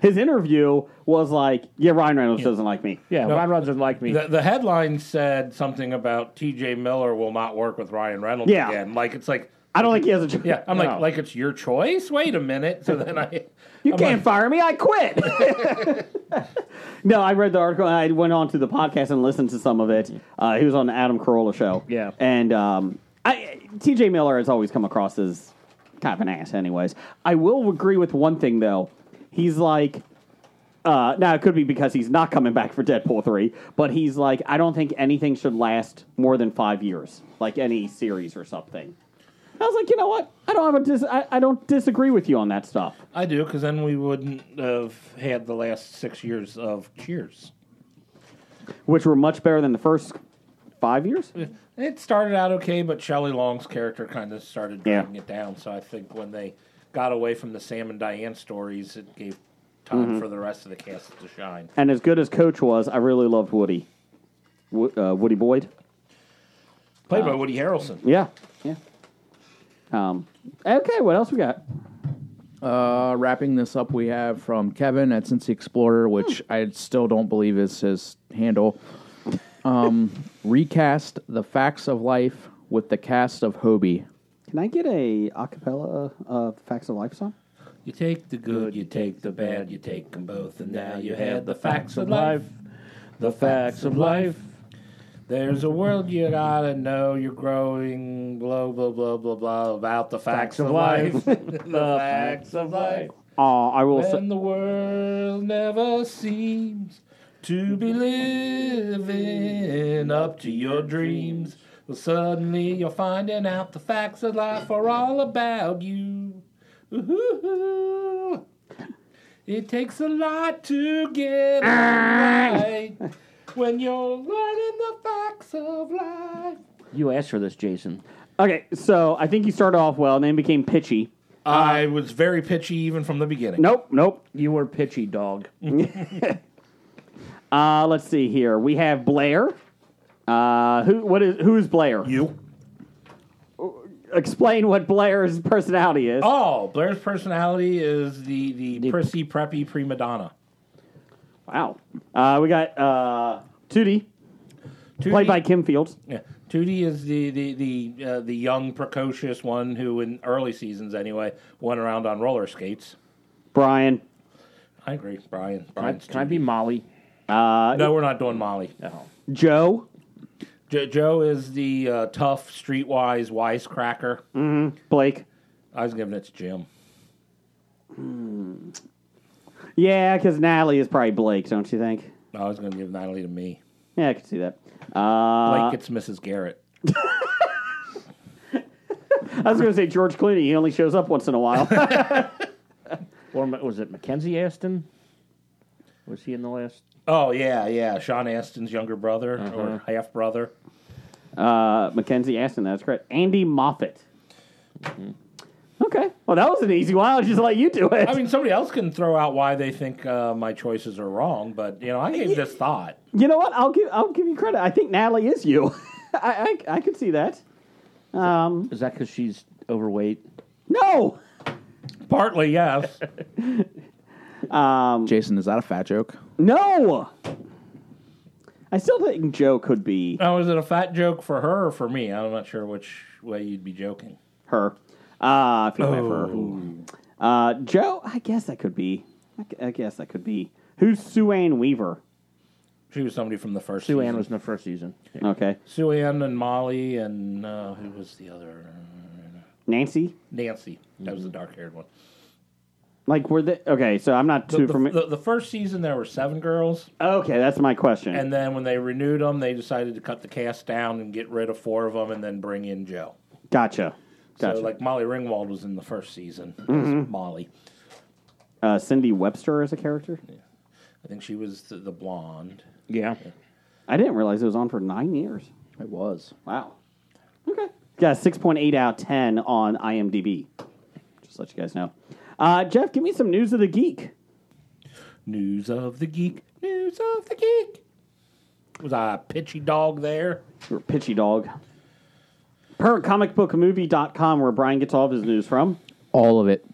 His interview was like, "Yeah, Ryan Reynolds doesn't like me."
yeah, Ron Ron doesn't like me.
The, the headline said something about T.J. Miller will not work with Ryan Reynolds
Yeah.
again. Like it's like,
I don't think he has a. job.
yeah, I'm
No.
like, like it's your choice. Wait a minute. So then I,
You
I'm
can't
like,
fire me. I quit. no, I read the article. and I went on to the podcast and listened to some of it. Uh, he was on the Adam Carolla show.
Yeah.
And um, I, TJ Miller has always come across as kind of an ass, anyways. I will agree with one thing, though. He's like, uh, now it could be because he's not coming back for Deadpool 3, but he's like, I don't think anything should last more than five years, like any series or something. I was like, you know what? I don't have a dis- I, I don't disagree with you on that stuff.
I do because then we wouldn't have had the last six years of Cheers.
which were much better than the first five years.
It started out okay, but Shelley Long's character kind of started
Yeah.
dragging it down. So I think when they got away from the Sam and Diane stories, it gave time for the rest of the cast to shine.
And as good as Coach was, I really loved Woody. Wo- uh, Woody Boyd.
Played by Woody Harrelson.
Yeah, yeah. Um, okay, what else we got?
Uh, wrapping this up, we have from Kevin at Cincy Explorer, which I still don't believe is his handle. Um, recast the facts of life with the cast of Hobie.
Can I get a acapella uh, Facts of Life song?
You take the good, you take the bad, you take them both, and now you have the facts of life. The facts of life. There's a world you gotta know. You're growing, blah blah blah blah blah, about the facts, of life. the facts of life.
Uh, I will. Say,
And the world never seems to be living up to your dreams. Well, suddenly you're finding out the facts of life are all about you. Ooh, it takes a lot to get it right when you're learning the facts of life.
you asked for this, Jason.
okay, so I think you started off well, and then became pitchy.
I was very pitchy even from the beginning.
Nope, nope.
You were pitchy
Mm-hmm.
dog.
Uh, let's see here. We have Blair Uh, who? What is? Who is Blair?
You.
Explain what Blair's personality is.
Oh, Blair's personality is the the, prissy preppy prima donna.
Wow. Uh, we got uh, Tootie,
Tootie,
played by Kim Fields.
yeah, Tootie is the the the uh, the young precocious one who, in early seasons anyway, went around on roller skates.
Brian.
I agree, Brian.
Can I,
Brian's
can I
Tootie.
be Molly?
Uh,
No, we're not doing Molly.
No.
Joe.
Jo- Joe is the uh, tough, streetwise, wisecracker.
Hmm?
Blake.
I was giving it to Jim.
Yeah, because Natalie is probably Blake, don't you think?
I was going to give Natalie to me.
Yeah, I can see that.
Blake
Uh,
gets Mrs. Garrett.
I was going to say George Clooney. He only shows up once in a while.
Or ma- was it Mackenzie Aston? Was he in the last?
Oh yeah, yeah. Sean Aston's younger brother or
Mm-hmm.
half brother.
uh, Mackenzie Aston, that's correct. Andy Moffat. Okay. Well, that was an easy one. I'll just let you do it.
Mm-hmm. I mean, somebody else can throw out why they think uh, my choices are wrong, but you know, I gave this thought.
you know what? I'll give I'll give you credit. I think Natalie is you. I, I I could see that. Um,
Is that because she's overweight?
no.
Partly, yes.
Um,
Jason, is that a fat joke?
no. I still think Joe could be
now, is it a fat joke for her or for me? I'm not sure which way you'd be joking.
her. Uh, if you went for
Oh.
her. Uh, Joe, I guess that could be. I, gu- I guess that could be. Who's Sue Ann Weaver?
She was somebody from the first.
Sue
season.
Ann was in the first season.
Okay.
Sue Ann and Molly and uh, who was the other?
Nancy?
Nancy. That was the dark-haired one.
Like, were they. Okay, so I'm not
The,
too
the-
familiar.
the- the first season there were seven girls,
Okay, that's my question.
and then when they renewed them, they decided to cut the cast down and get rid of four of them, and then bring in Joe.
gotcha. Gotcha.
So like Molly Ringwald was in the first season. as Molly.
uh, Cindy Webster as a character?
I think she was the, the blonde.
Yeah.
I didn't realize it was on for nine years.
It was.
Wow. Okay. Got a 6.8 out of 10 on IMDb. Just to let you guys know. Uh, Jeff, give me some news of the geek.
News of the geek. News of the geek. Was I a pitchy dog there?
Or Pitchy Dog. Per comicbookmovie.com, where Brian gets all of his news from.
All of it.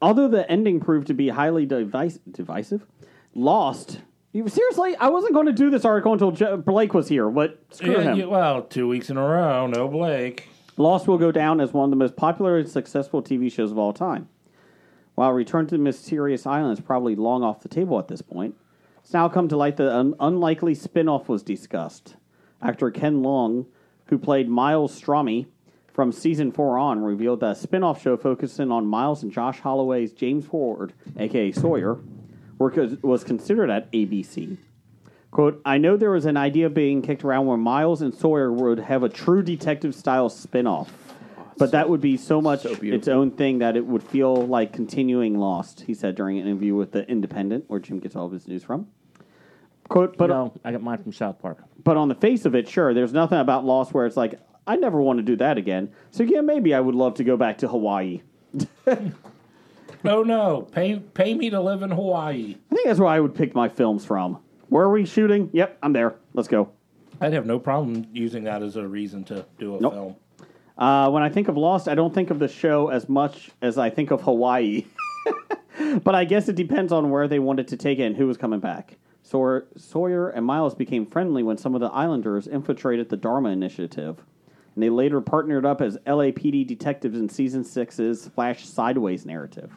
Although the ending proved to be highly devis- divisive, Lost. You- Seriously, I wasn't going to do this article until Je- Blake was here, but screw
Yeah,
him.
yeah, well, two weeks in a row, no Blake.
Lost will go down as one of the most popular and successful TV shows of all time. While Return to the Mysterious Island is probably long off the table at this point, it's now come to light that an unlikely spin off was discussed. Actor Ken Long, who played Miles Stromme from season 4 on, revealed that a spin off show focusing on Miles and Josh Holloway's James Ford, aka Sawyer, were, was considered at ABC. Quote, I know there was an idea being kicked around where Miles and Sawyer would have a true detective style spin-off. But that would be so much its own thing that it would feel like continuing Lost, he said during an interview with The Independent, where Jim gets all of his news from. Quote, but,
uh, no, I got mine from South Park.
but on the face of it, sure, there's nothing about Lost where it's like, I never want to do that again. So yeah, maybe I would love to go back to Hawaii.
Oh no, pay pay me to live in Hawaii.
I think that's where I would pick my films from. Where are we shooting? Yep, I'm there. Let's go.
I'd have no problem using that as a reason to do a
Nope.
film.
Uh, when I think of Lost, I don't think of the show as much as I think of Hawaii. but I guess it depends on where they wanted to take it and who was coming back. Saw- Sawyer and Miles became friendly when some of the Islanders infiltrated the Dharma Initiative. And they later partnered up as LAPD detectives in season six's Flash Sideways narrative.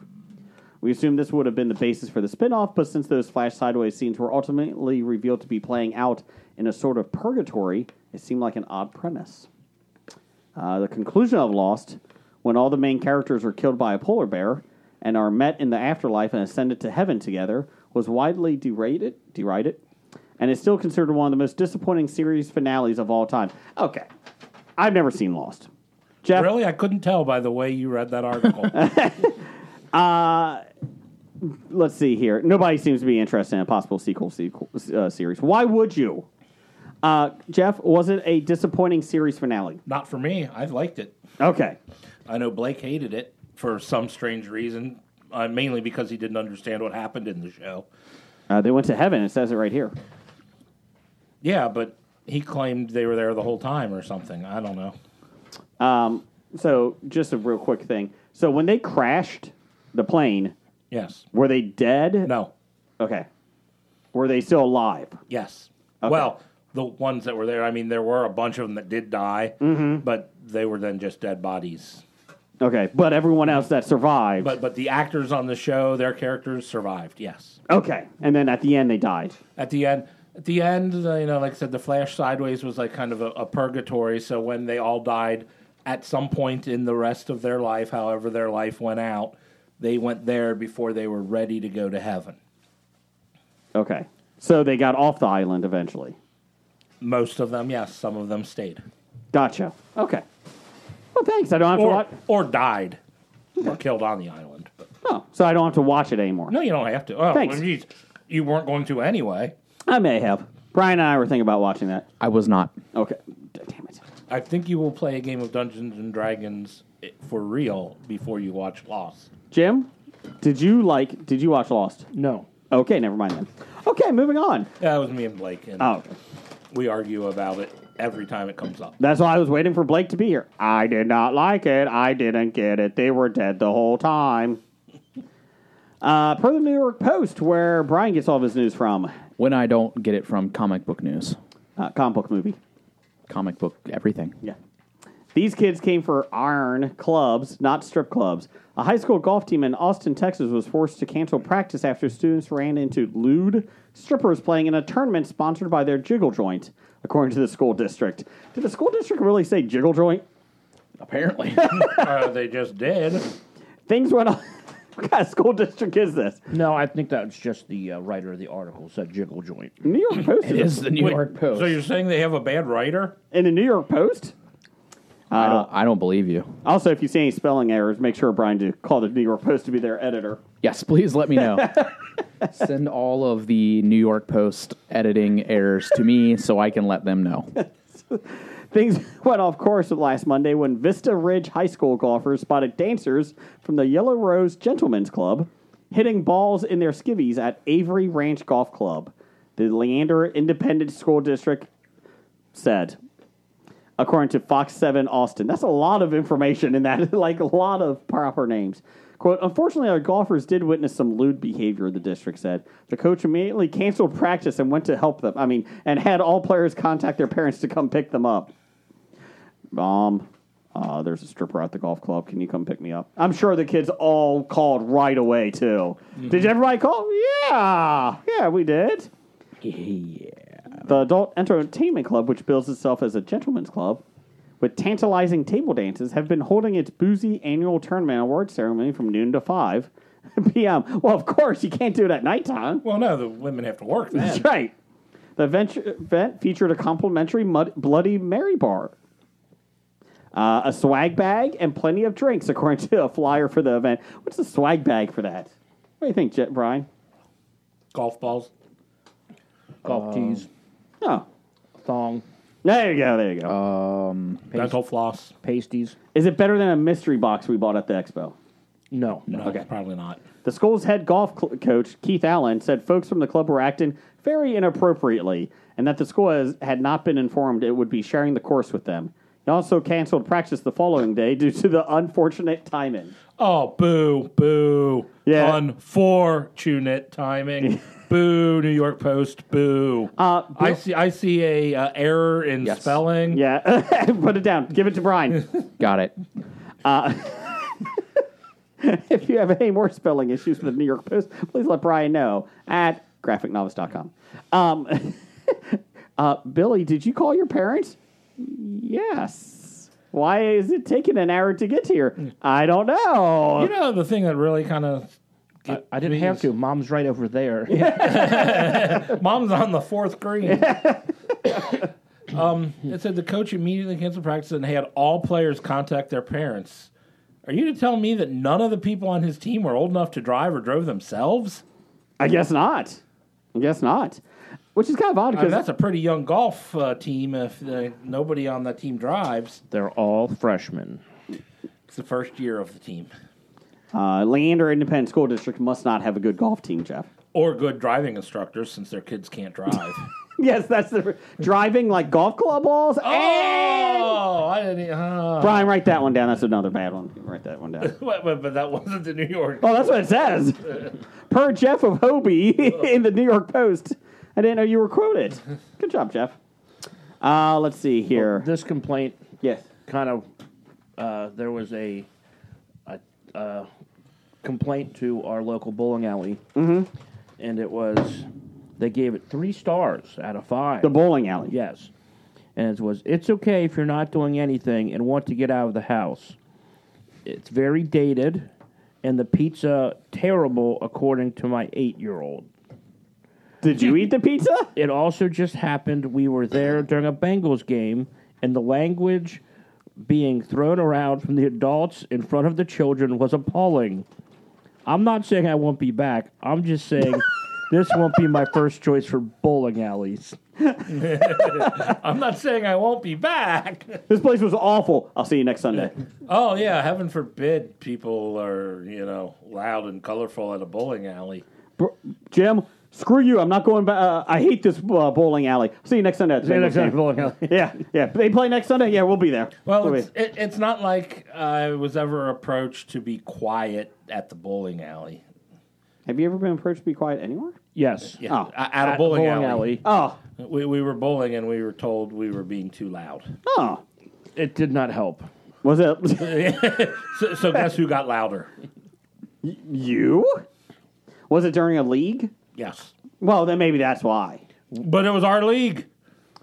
We assumed this would have been the basis for the spinoff, but since those Flash Sideways scenes were ultimately revealed to be playing out in a sort of purgatory, it seemed like an odd premise. Uh, the conclusion of Lost, when all the main characters are killed by a polar bear and are met in the afterlife and ascended to heaven together, was widely derided, derided, and is still considered one of the most disappointing series finales of all time. Okay, I've never seen Lost. Jeff,
Really, I couldn't tell by the way you read that article.
let's see here. Nobody seems to be interested in a possible sequel, sequel uh, series. Why would you? Uh, Jeff, was it a disappointing series finale?
Not for me. I liked it.
Okay.
I know Blake hated it for some strange reason, uh, mainly because he didn't understand what happened in the show.
Uh, they went to heaven. It says it right here.
Yeah, but he claimed they were there the whole time or something. I don't know.
Um, so just a real quick thing. So when they crashed the plane,
Yes.
were they dead?
No.
Okay. Were they still alive?
Yes. Well, the ones that were there, I mean, there were a bunch of them that did die, but they were then just dead bodies.
Okay, but everyone else that survived.
But but the actors on the show, their characters survived. Yes.
okay, and then at the end they died.
At the end, at the end, uh, you know, like I said, the Flash sideways was like kind of a, a purgatory. So when they all died, at some point in the rest of their life, however their life went out, they went there before they were ready to go to heaven.
Okay, so they got off the island eventually.
Most of them, yes. Some of them stayed
Gotcha. Okay. Well, thanks. I don't have to
or
watch.
or died or killed on the island. But
Oh, so I don't have to watch it anymore.
no, you don't have to. Oh,
Thanks.
well, geez, you weren't going to anyway.
I may have. Brian and I were thinking about watching that.
I was not.
Okay. D- Damn it.
I think you will play a game of Dungeons and Dragons i- for real before you watch Lost.
Jim, did you like? Did you watch Lost?
No.
Okay, never mind then. Okay, moving on.
Yeah, that was me and Blake, and
Oh,
we argue about it every time it comes up.
that's why I was waiting for Blake to be here. I did not like it. I didn't get it. They were dead the whole time. Uh, per the New York Post, where Brian gets all of his news from,
When I don't get it from comic book news,
uh, comic book movie.
comic book everything.
Yeah. These kids came for iron clubs, not strip clubs. A high school golf team in Austin, Texas was forced to cancel practice after students ran into lewd strippers playing in a tournament sponsored by their jiggle joint, according to the school district. Did the school district really say jiggle joint?
Apparently.
uh, they just did.
Things went on. what kind of school district is this?
No, I think that was just the uh, writer of the article said jiggle joint.
New York Post
it is the New
Wait,
York Post.
So you're saying they have a bad writer?
in the New York Post.
I, don't, Uh, I don't believe you.
Also, if you see any spelling errors, make sure Brian to call the New York Post to be their editor.
Yes, please let me know. Send all of the New York Post editing errors to me so I can let them know.
Things went off course last Monday when Vista Ridge High School golfers spotted dancers from the Yellow Rose Gentlemen's Club hitting balls in their skivvies at Avery Ranch Golf Club, the Leander Independent School District said, according to Fox 7 Austin. That's a lot of information in that, like a lot of proper names. Quote, unfortunately, our golfers did witness some lewd behavior, the district said. The coach immediately canceled practice and went to help them. I mean, and had all players contact their parents to come pick them up. Mom, uh, there's a stripper at the golf club. Can you come pick me up? I'm sure the kids all called right away, too. Did everybody call? Yeah. Yeah, we did. The Adult Entertainment Club, which bills itself as a gentleman's club, with tantalizing table dances, have been holding its boozy annual tournament award ceremony from noon to 5 p.m. Well, of course, you can't do it at nighttime.
Well, no, the women have to work
That's
then.
right. The event, event featured a complimentary mud, Bloody Mary bar, uh, a swag bag, and plenty of drinks, according to a flyer for the event. What's the swag bag for that? What do you think, Jet Brian?
Golf balls.
Golf tees,
Oh,
thong,
there you go. There you go.
Dental floss.
pasties.
Is it better than a mystery box we bought at the expo?
No.
No, probably not.
The school's head golf cl- coach, Keith Allen, said folks from the club were acting very inappropriately and that the school has, had not been informed it would be sharing the course with them. He also canceled practice the following day due to the unfortunate timing.
Oh, boo, boo.
Yeah.
Unfortunate timing. boo, New York Post. Boo.
Uh,
I see. I see a uh, error in
Yes.
spelling.
yeah, put it down. Give it to Brian.
Got it.
if you have any more spelling issues with the New York Post, please let Brian know at graphicnovice.com. Um, uh, Billy, did you call your parents? Yes. Why is it taking an hour to get here? I don't know.
You know the thing that really kind of.
I, I didn't have to. Mom's right over there.
Mom's on the fourth green. um, it said the coach immediately canceled practice and had all players contact their parents. Are you to tell me that none of the people on his team were old enough to drive or drove themselves?
I guess not. I guess not. Which is kind of odd
I mean,
because
Uh, that's a pretty young golf uh, team if uh, nobody on that team drives.
They're all freshmen.
It's the first year of the team.
uh, Leander Independent School District must not have a good golf team, Jeff.
Or good driving instructors since their kids can't drive.
yes, that's the driving like golf club balls. And-
Oh, I didn't. Uh,
Brian, write that one down. That's another bad one. Write that one down.
but, but, but that wasn't the New York.
Oh, that's what it says. Per Jeff of Hobie in the New York Post. I didn't know you were quoted. Good job, Jeff. Uh, let's see here.
This complaint
Yes.
kind of uh, there was a, a uh, complaint to our local bowling alley,
Mm-hmm.
and it was they gave it three stars out of five.
The bowling alley.
yes, and it was it's okay if you're not doing anything and want to get out of the house. It's very dated, and the pizza terrible according to my eight year old.
Did you eat the pizza?
It also just happened we were there during a Bengals game, and the language being thrown around from the adults in front of the children was appalling. I'm not saying I won't be back. I'm just saying this won't be my first choice for bowling alleys.
I'm not saying I won't be back.
This place was awful. I'll see you next Sunday.
Oh yeah, heaven forbid people are you know loud and colorful at a bowling alley.
Jim, screw you. I'm not going back. Uh, I hate this uh, bowling alley. See you next Sunday. at the Bengals game. Yeah, yeah. They play next Sunday. Yeah, we'll be there.
Well,
We'll
it's,
be-
it, it's not like I was ever approached to be quiet at the bowling alley.
have you ever been approached to be quiet anywhere?
Yes. Ah.
Yeah,
Oh.
a- at a bowling, alley.
Oh,
We, we were bowling and we were told we were being too loud.
oh.
It did not help.
Was it
So, so guess who got louder?
you? Was it during a league?
Yes,
Well, then maybe that's why.
but it was our league.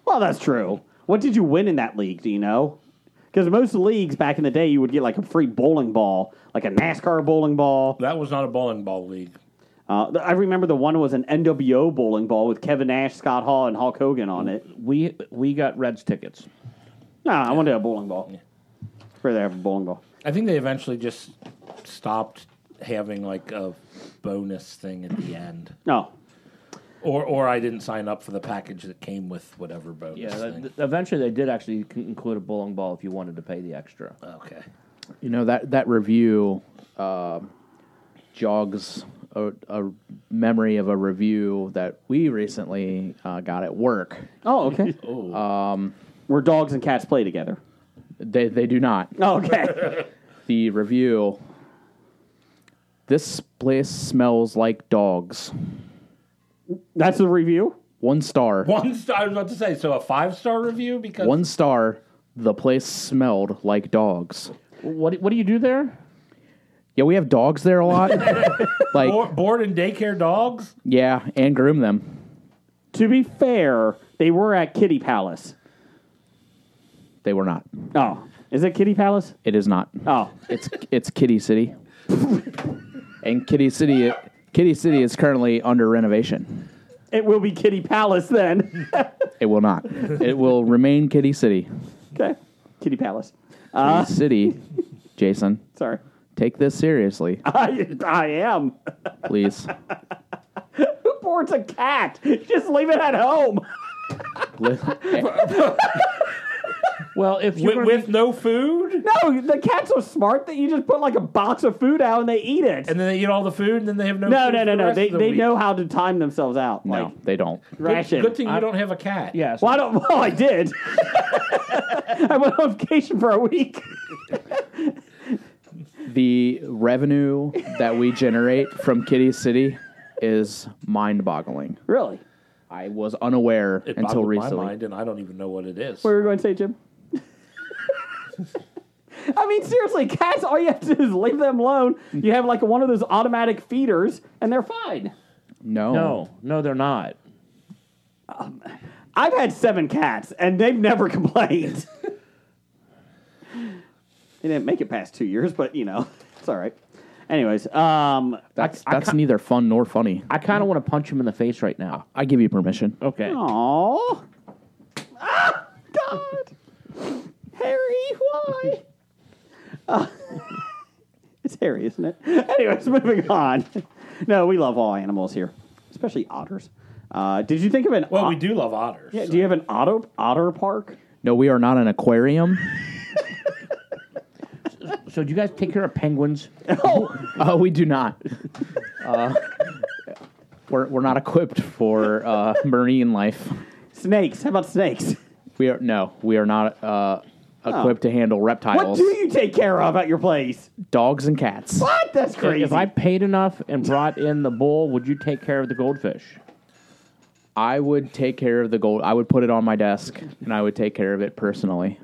Well, that's true. What did you win in that league? Do you know? Because most leagues back in the day, you would get like a free bowling ball, like a NASCAR bowling ball.
That was not a bowling ball league.
Uh, I remember the one was an NWO bowling ball with Kevin Nash, Scott Hall, and Hulk Hogan on it.
We we got Reds tickets.
No, I wanted a bowling ball. Rather have a bowling ball.
I think they eventually just stopped having like a bonus thing at the end,
No,
or or I didn't sign up for the package that came with whatever bonus
Yeah.
thing.
th- eventually, they did actually c- include a bowling ball if you wanted to pay the extra.
okay.
You know that that review uh, jogs a, a memory of a review that we recently uh, got at work.
Oh, okay. Um, where dogs and cats play together.
They they do not.
Oh, okay.
The review. This place smells like dogs.
That's the review.
One star.
One star. I was about to say so a five star review because
One star. The place smelled like dogs.
What what do you do there?
Yeah, we have dogs there a lot. like
Bo- board and daycare dogs.
yeah, and groom them.
To be fair, they were at Kitty Palace.
They were not.
Oh, is it Kitty Palace?
It is not.
Oh,
It's it's Kitty City, and Kitty City Kitty City is currently under renovation.
it will be Kitty Palace then.
It will not. It will remain Kitty City.
okay, Kitty Palace.
Kitty City, Jason,
Sorry,
take this seriously,
I, I am.
please.
Who boards a cat? Just leave it at home.
Li- eh,
Well, if you
With, with no food,
No, the cats are smart that you just put like a box of food out and they eat it.
and then they eat all the food, and then they have no.
No,
food
no,
for
no,
the
no.
rest
They
of the
they
week.
know how to time themselves out.
no,
like,
they don't.
ration.
Good thing you don't have a cat.
yes,
Well, I don't. Well, I did. I went on vacation for a week.
The revenue that we generate from Kitty City is mind-boggling.
Really?
I was unaware
It
until
boggled
recently.
my mind, and I don't even know what it is.
What were you going to say, Jim? I mean, seriously, cats. All you have to do is leave them alone. You have like one of those automatic feeders, and they're fine.
No,
no, no, they're not.
I've had seven cats, and they've never complained. they didn't make it past two years, but you know, it's all right. Anyways, um,
that's that's neither fun nor funny.
I kind of want to punch him in the face right now.
I give you permission.
Okay.
Oh.
Aw. Ah, God. Harry, why? Uh, it's Harry, isn't it? Anyways, moving on. No, we love all animals here, especially otters. Uh, did you think of an
Well,
ot-
we do love otters.
Yeah, do you have an otter otter park?
No, we are not an aquarium.
So, do you guys take care of penguins?
Uh, we do not. Uh, we're, we're not equipped for uh, marine life.
Snakes. How about snakes?
We are no, we are not uh, equipped to handle
What
reptiles,
do you take care of at your place?
dogs, and cats.
What? That's crazy.
If I paid enough and brought in the bull, would you take care of the goldfish?
I would take care of the gold. I would put it on my desk, and I would take care of it personally.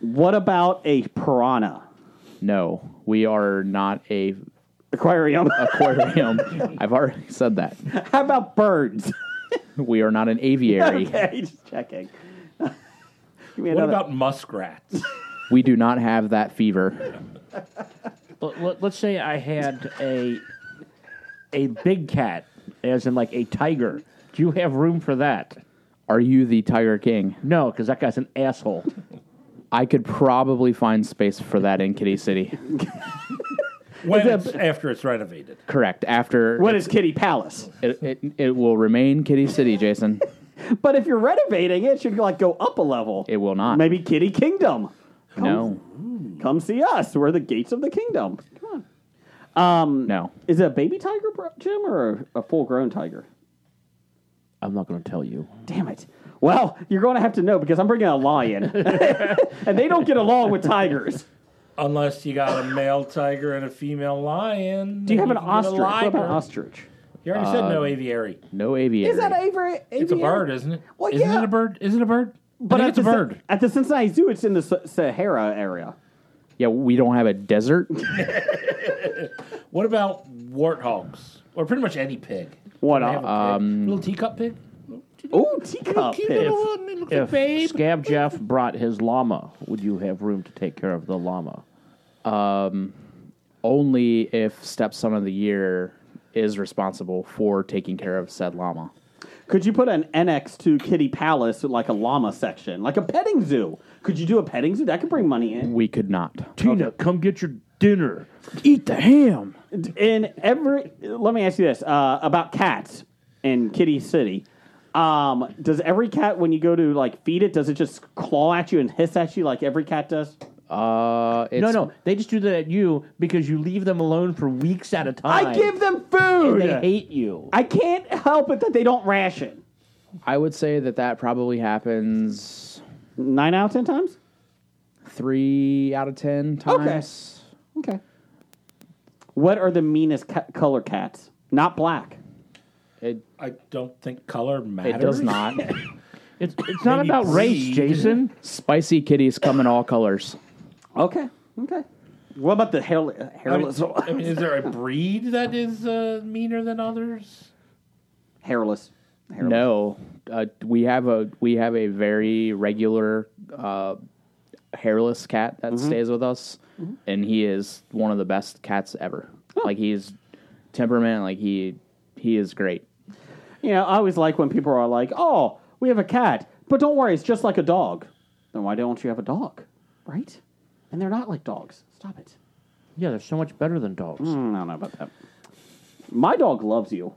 what about a piranha
No, we are not a
aquarium?
aquarium. I've already said that.
How about birds?
We are not an aviary.
okay, just checking. Give me
What
another-
about muskrats?
We do not have that fever.
Let, let, let's say I had a a big cat, as in like a tiger. Do you have room for that?
Are you the Tiger King?
No, because that guy's an asshole.
I could probably find space for that in Kitty City.
when it's, after it's renovated.
Correct. After
what is Kitty Palace?
it, it, it will remain Kitty City, Jason.
But if you're renovating it, it should like go up a level.
It will not.
Maybe Kitty Kingdom.
No.
Come see us. We're the gates of the kingdom. Come on.
No.
Is it a baby tiger, bro- Jim, or a full grown tiger?
I'm not going to tell you.
Damn it. Well, you're going to have to know because I'm bringing a lion. and they don't get along with tigers.
Unless you got a male tiger and a female lion.
Do you have
then
an
can get a
ostrich? What about an
liger.
ostrich?
You already said no aviary.
No aviary.
Is that aviary?
It's a bird, isn't it?
Well,
not
yeah.
it a bird? Is it a bird? But
at
it's a
the,
bird.
At the Cincinnati Zoo, it's in the Sa- Sahara area.
yeah, we don't have a desert.
What about warthogs? Or pretty much any pig.
What?
They have a pig.
Uh,
little teacup pig?
oh, teacup.
Cute
pig.
little one. It looks like
If
babe.
Scab Jeff brought his llama, would you have room to take care of the llama?
Only if stepson of the year is responsible for taking care of said llama.
Could you put an annex to Kitty Palace, with, like a llama section, like a petting zoo? Could you do a petting zoo? That could bring money in.
We could not.
Tina, come get your dinner.
Eat the ham.
In every, let me ask you this uh, about cats in Kitty City. Um, does every cat, when you go to like feed it, does it just claw at you and hiss at you like every cat does?
Uh, it's,
No, no, they just do that at you because you leave them alone for weeks at a time.
I give them food.
They hate you.
I can't help it that they don't ration.
I would say that that probably happens
Nine out of ten times.
three out of ten times.
Okay. What are the meanest ca- color cats? Not black.
It,
I don't think color matters.
it does not.
It's, it's not
Maybe
about race,
breed.
Jason.
Spicy kitties come in all colors.
Okay. Okay. What about the hair-
I mean,
hairless?
I mean, is there a breed that is uh, meaner than others?
hairless. hairless.
No, uh, we have a we have a very regular uh, hairless cat that
Mm-hmm.
stays with us, and he is one of the best cats ever.
Oh.
Like he's temperament, like he he is great.
You know, I always like when people are like, "Oh, we have a cat," but don't worry, it's just like a dog. Then why don't you have a dog, right? And they're not like dogs. Stop it.
Yeah, they're so much better than dogs.
Mm, I don't know about that. My dog loves you.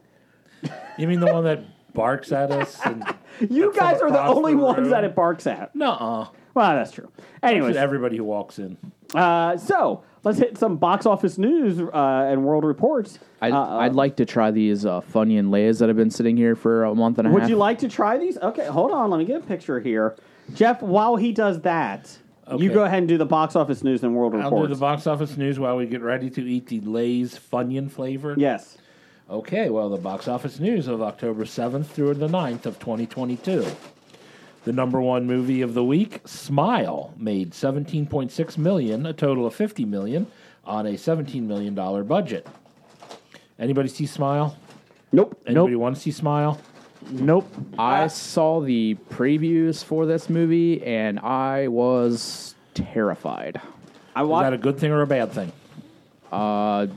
You mean the one that barks at us? And,
You guys are the
across
only
the
ones
room.
that it barks at.
nuh-uh.
Well, that's true. Anyways,
To everybody who walks in.
uh, so let's hit some box office news uh, and world reports.
I'd,
Uh,
I'd like to try these uh, Funyun Lays that have been sitting here for a month and a
Would
half.
you like to try these? Okay, hold on. Let me get a picture here. Jeff, while he does that,
Okay.
you go ahead and do the box office news and world
I'll do
reports.
the box office news while we get ready to eat the Lay's Funyun flavor.
yes.
Okay, well, the box office news of October 7th through the 9th of 2022. The number one movie of the week, Smile, made 17.6 million, a total of 50 million on a 17 million dollar budget. Anybody see Smile?
Nope.
Anybody want to see Smile?
Nope.
I saw the previews for this movie and I was terrified.
I
Is
watched.
that a good thing or a bad thing?
Uh,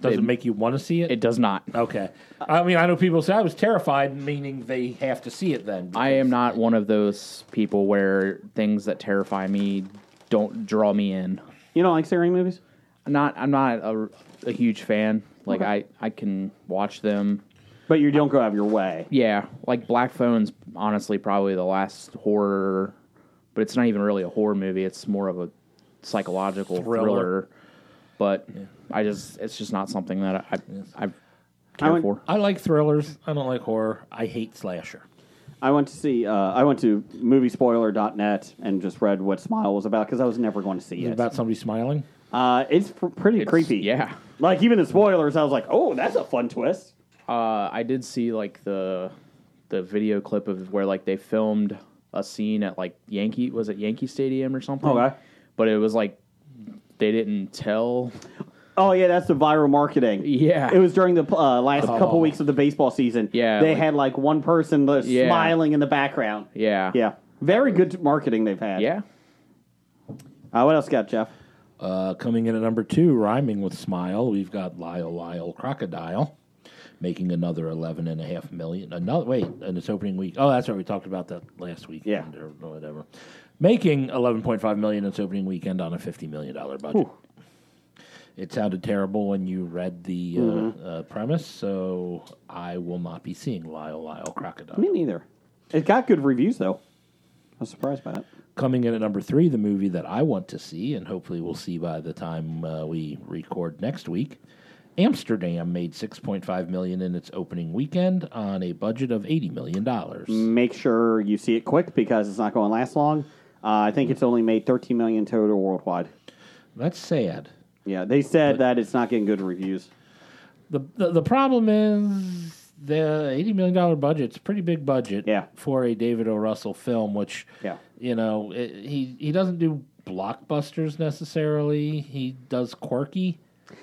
Does it,
It-
make you want to see it?
it does not.
okay. I mean, I know people say I was terrified, meaning they have to see it then.
I am not one of those people where things that terrify me don't draw me in.
you don't like staring movies?
I'm not I'm not a, a huge fan. Like
Okay.
I I can watch them.
But you don't go out of your way.
Yeah, like Black Phone's honestly probably the last horror, but it's not even really a horror movie. It's more of a psychological thriller.
Thriller.
But I just it's just not something that I I, I
I
care
would-
for.
I like thrillers. I don't like horror. I hate slasher.
I went to see. Uh, I went to moviespoiler.net and just read what Smile was about because I was never going to see
Is it
it.
about somebody smiling?
uh, it's pr- pretty creepy.
Yeah.
Like even the spoilers, I was like, "Oh, that's a fun twist."
Uh, I did see like the the video clip of where like they filmed a scene at like Yankee was it Yankee Stadium or something.
Okay.
But it was like they didn't tell.
Oh yeah, that's the viral marketing.
Yeah.
it was during the uh, last couple weeks of the baseball season.
Oh. Yeah,
they
like-
had like one person that's
Yeah.
smiling in the background.
Yeah.
yeah, very good marketing they've had.
Yeah.
Uh, what else got Jeff?
Uh, coming in at number two, rhyming with smile, we've got Lyle Lyle Crocodile making another eleven and a half million. Another wait, in its opening week. Oh, that's right, we talked about that last week.
Yeah.
or whatever. Making eleven point five million in its opening weekend on a fifty million dollar budget. It sounded terrible when you read the uh,
Mm-hmm.
uh, premise, so I will not be seeing Lyle Lyle Crocodile.
Me neither. It got good reviews though. I was surprised by that.
Coming in at number three, the movie that I want to see, and hopefully we'll see by the time uh, we record next week. Amsterdam made six point five million in its opening weekend on a budget of eighty million dollars.
Make sure you see it quick because it's not going to last long. Uh, I think it's only made 13 million total worldwide.
That's sad.
Yeah, they said that it's not getting good reviews.
The, the the problem is the eighty million dollar budget's a pretty big budget
Yeah.
for a David O. Russell film, which
Yeah.
you know it, he he doesn't do blockbusters necessarily. He does quirky.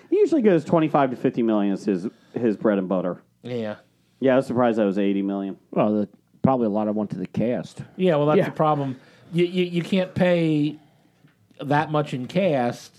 He usually goes 25 to 50 million is his his bread and butter.
Yeah.
Yeah, I was surprised that was 80 million.
Well, the, probably a lot of went to the cast.
Yeah, well, that's
Yeah.
the problem. You, you you can't pay that much in cast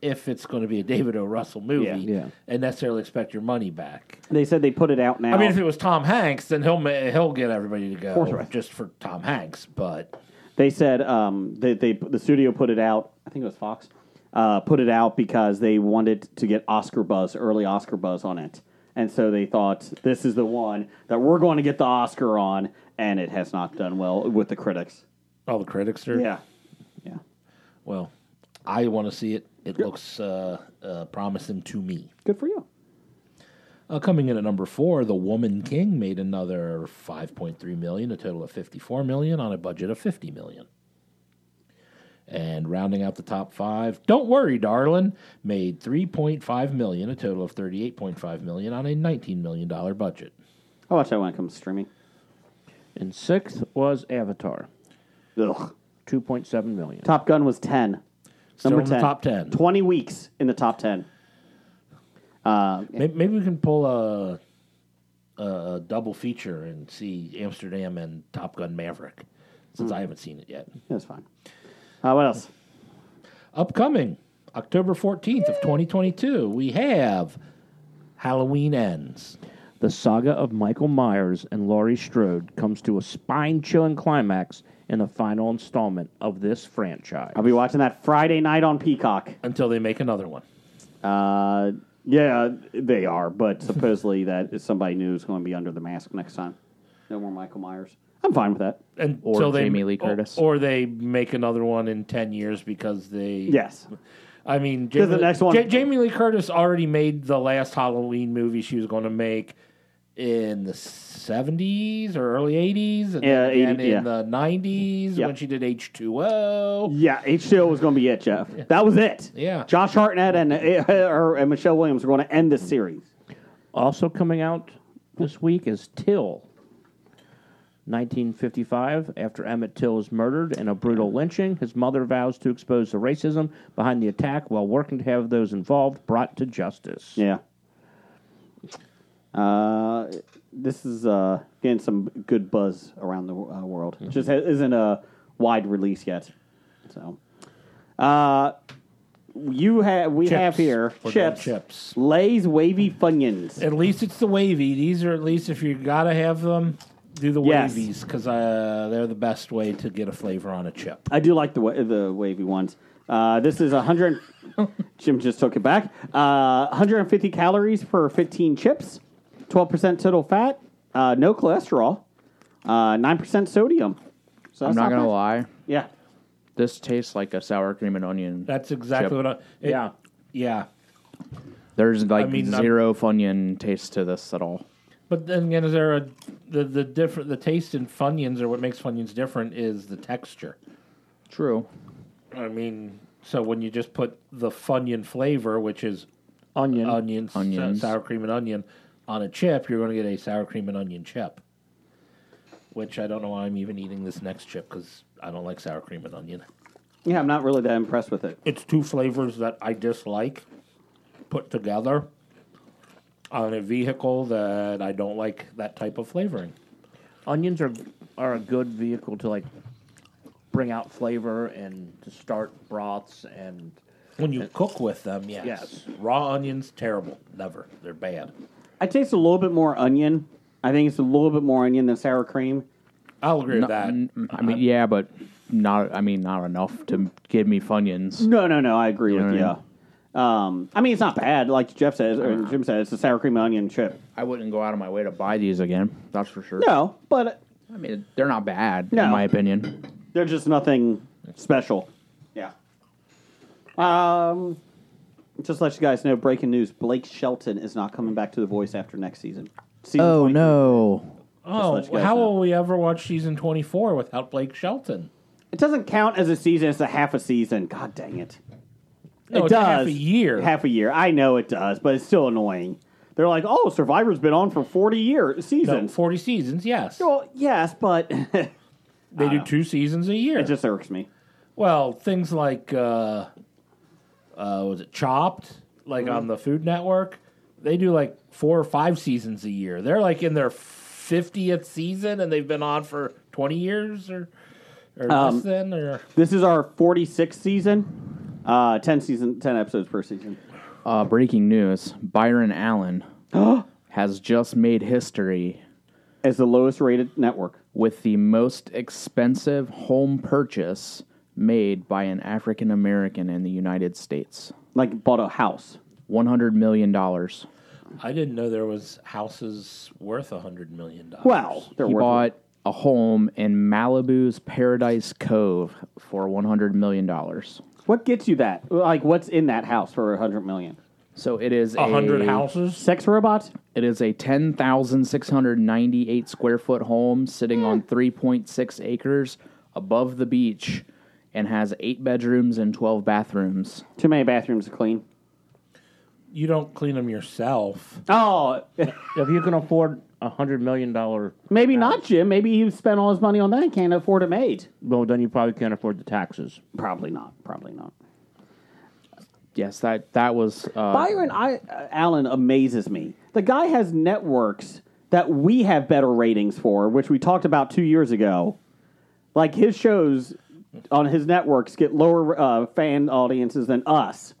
if it's going to be a David O. Russell movie,
Yeah,
yeah.
and necessarily expect your money back.
They said they put it out now.
I mean, if it was Tom Hanks, then he'll ma- he'll get everybody to go
course, right.
just for Tom Hanks. But
They said um, they, they the studio put it out. I think it was Fox. Uh, put it out because they wanted to get Oscar buzz, early Oscar buzz on it, and so they thought this is the one that we're going to get the Oscar on, and it has not done well with the critics.
all the critics are
Yeah, yeah.
Well, I want to see it. It looks uh, uh, promising to me.
Good for you.
Uh, coming in at number four, The Woman King made another 5.3 million, a total of 54 million on a budget of 50 million. And rounding out the top five, Don't Worry, Darling made 3.5 million, a total of 38.5 million on a 19 million dollar budget.
I'll watch that when it comes to streaming.
And sixth was Avatar,
Ugh.
two point seven million.
Top Gun was ten.
Still
Number
in
10.
the top 10.
Twenty weeks in the top ten. Uh,
May- Maybe we can pull a, a, a double feature and see Amsterdam and Top Gun Maverick, since I haven't seen it yet.
that's fine. Uh, what else?
Upcoming October 14th of 2022, we have Halloween Ends.
The saga of Michael Myers and Laurie Strode comes to a spine-chilling climax in the final installment of this franchise.
I'll be watching that Friday night on Peacock.
Until they make another one.
Uh, yeah, they are, but supposedly that is somebody new is going to be under the mask next time. No more Michael Myers. I'm fine with that.
Until they,
Jamie Lee
or-
Curtis.
Or, they make another one in 10 years because they.
Yes,
I mean, Jamie,
the next one-
Ja- Jamie Lee Curtis already made the last Halloween movie she was going to make in the 70s or early 80s. And
Yeah,
then
80,
again in
yeah.
the 90s
Yeah.
when she did H2O.
yeah. HBO was going to be it, Jeff. That was it.
Yeah.
Josh Hartnett and uh, or, and Michelle Williams are going to end this series.
Also coming out this week is Till. 1955, after Emmett Till is murdered in a brutal lynching, his mother vows to expose the racism behind the attack while working to have those involved brought to justice.
Yeah. Uh, this is uh getting some good buzz around the uh, world.
Mm-hmm.
Just ha- isn't a wide release yet. So, uh, you have we
Chips.
have here
We're doing
chips,
chips.
Lay's wavy funyuns.
At least it's the wavy. These are at least if you gotta have them, do the
Yes.
wavies because uh, they're the best way to get a flavor on a chip.
I do like the wa- the wavy ones. Uh, this is 100. Jim just took it back. Uh, 150 calories per 15 chips. 12% total fat. Uh, no cholesterol. Uh, 9% sodium. So
I'm
that's
not gonna
bad.
lie.
Yeah.
This tastes like a sour cream and onion.
That's exactly
Chip.
what I. it-
Yeah.
yeah.
There's like
I mean, I'm-
zero Funyun taste to this at all.
But then again, is there a the the different the taste in Funyuns or what makes Funyuns different is the texture.
True.
I mean, so when you just put the Funyun flavor, which is
Onion.
onions, sa-
Mm. Onions.
sour cream and onion on a chip, you're going to get a sour cream and onion chip. Which I don't know why I'm even eating this next chip because I don't like sour cream and onion.
Yeah, I'm not really that impressed with it.
It's two flavors that I dislike put together on a vehicle that I don't like that type of flavoring.
Onions are are a good vehicle to like bring out flavor and to start broths and
When you cook with them, yes.
Yes.
Raw onions, terrible. Never. They're bad.
I taste a little bit more onion. I think it's a little bit more onion than sour cream.
I'll agree with that.
N-
mm-hmm.
I mean, yeah, but not. I mean, not enough to give me Funyuns.
No, no, no. I agree
know
with you.
what I
Um, I mean, it's not bad. Like Jeff says, or
Uh-huh.
Jim said, it's a sour cream and onion chip.
I wouldn't go out of my way to buy these again. That's for sure.
No, but
I mean, they're not bad
No.
in my opinion.
they're just nothing special. Yeah. Um, just to let you guys know, breaking news: Blake Shelton is not coming back to The Voice after next season. Season 23.
Oh, no!
Oh,
let you guys
how
know.
will we ever watch season 24 without Blake Shelton?
It doesn't count as a season. It's a half a season. God dang it!
No,
it
it's a
does.
half a year.
Half a year. I know it does, but it's still annoying. They're like, "Oh, Survivor's been on for forty years
No,
seasons."
40 seasons, yes.
Well, yes, but it
They do two seasons a year.
just irks me.
well, things like, uh, uh, was it Chopped? Like
Mm-hmm.
on the Food Network? They do like four or five seasons a year. They're like in their 50th season and they've been on for 20 years or, or
Um,
less than. Or,
This is our 46th season. Uh, 10 season, 10 episodes per season.
Uh, breaking news: Byron Allen has just made history
As the lowest rated network.
with the most expensive home purchase made by an African American in the United States.
Like bought a house.
One hundred million dollars.
I didn't know there was houses worth a $100 million.
Well, they're
He
worth
bought a home in Malibu's Paradise Cove for one hundred million dollars.
What gets you that? Like what's in that house for 100 million?
So it is
A hundred
a-
houses?
Sex robots?
It is a 10,698 square foot home sitting on 3.6 acres above the beach and has eight bedrooms and 12 bathrooms.
Too many bathrooms to clean.
You don't clean them yourself.
Oh,
if you can afford a hundred million dollar
maybe not, Jim. Maybe he spent all his money on that and can't afford it made.
well then you probably can't afford the taxes.
Probably not. Probably not.
Yes, that, that was. Uh,
Byron I, uh, Allen amazes me. The guy has networks that we have better ratings for, which we talked about two years ago. Like his shows on his networks get lower uh, fan audiences than us,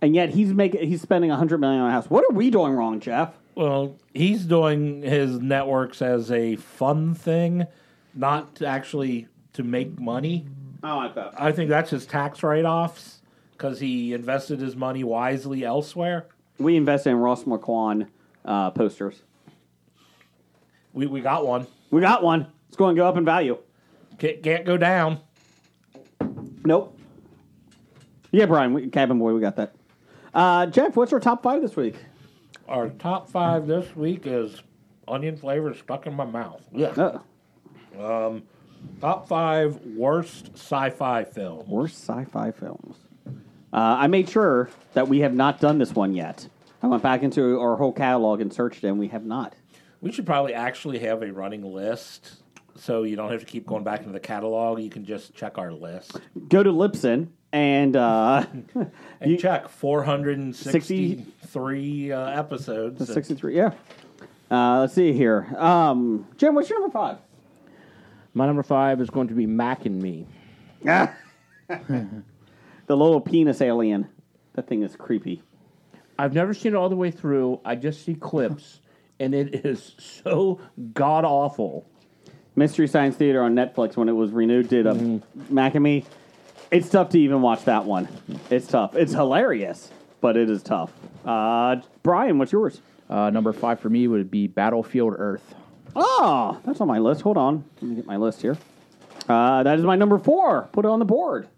and yet he's making he's spending a hundred million on a house. What are we doing wrong, Jeff?
Well, he's doing his networks as a fun thing, not to actually to make money.
Oh, I thought.
I think that's his tax write-offs because he invested his money wisely elsewhere.
We invested in Ross McQuan uh, posters.
We we got one.
We got one. It's going to go up in value.
Can't, can't go down.
Nope. Yeah, Brian, we, Cabin Boy, we got that. Uh, Jeff, what's our top five this week?
Our top five this week is onion flavor stuck in my mouth. Yeah.
Uh,
Top five worst sci-fi film.
Worst sci-fi films. Uh, I made sure that we have not done this one yet. I went back into our whole catalog and searched, and we have not.
We should probably actually have a running list. So you don't have to keep going back into the catalog. You can just check our list.
Go to Lipson and uh,
And
You-
check 463 uh, episodes.
sixty-three. Yeah. Uh, let's see here. Um, Jim, what's your number five?
My number five is going to be Mac and Me.
The little penis alien. That thing is creepy.
I've never seen it all the way through. I just see clips, and it is so god awful.
Mystery Science Theater on Netflix when it was renewed did a Mac and Me. It's tough to even watch that one. It's tough. It's hilarious, but it is tough. Uh, Brian, what's yours?
uh, number five for me would be Battlefield Earth.
Oh, that's on my list. Hold on. Let me get my list here. Uh, that is my number four. Put it on the board.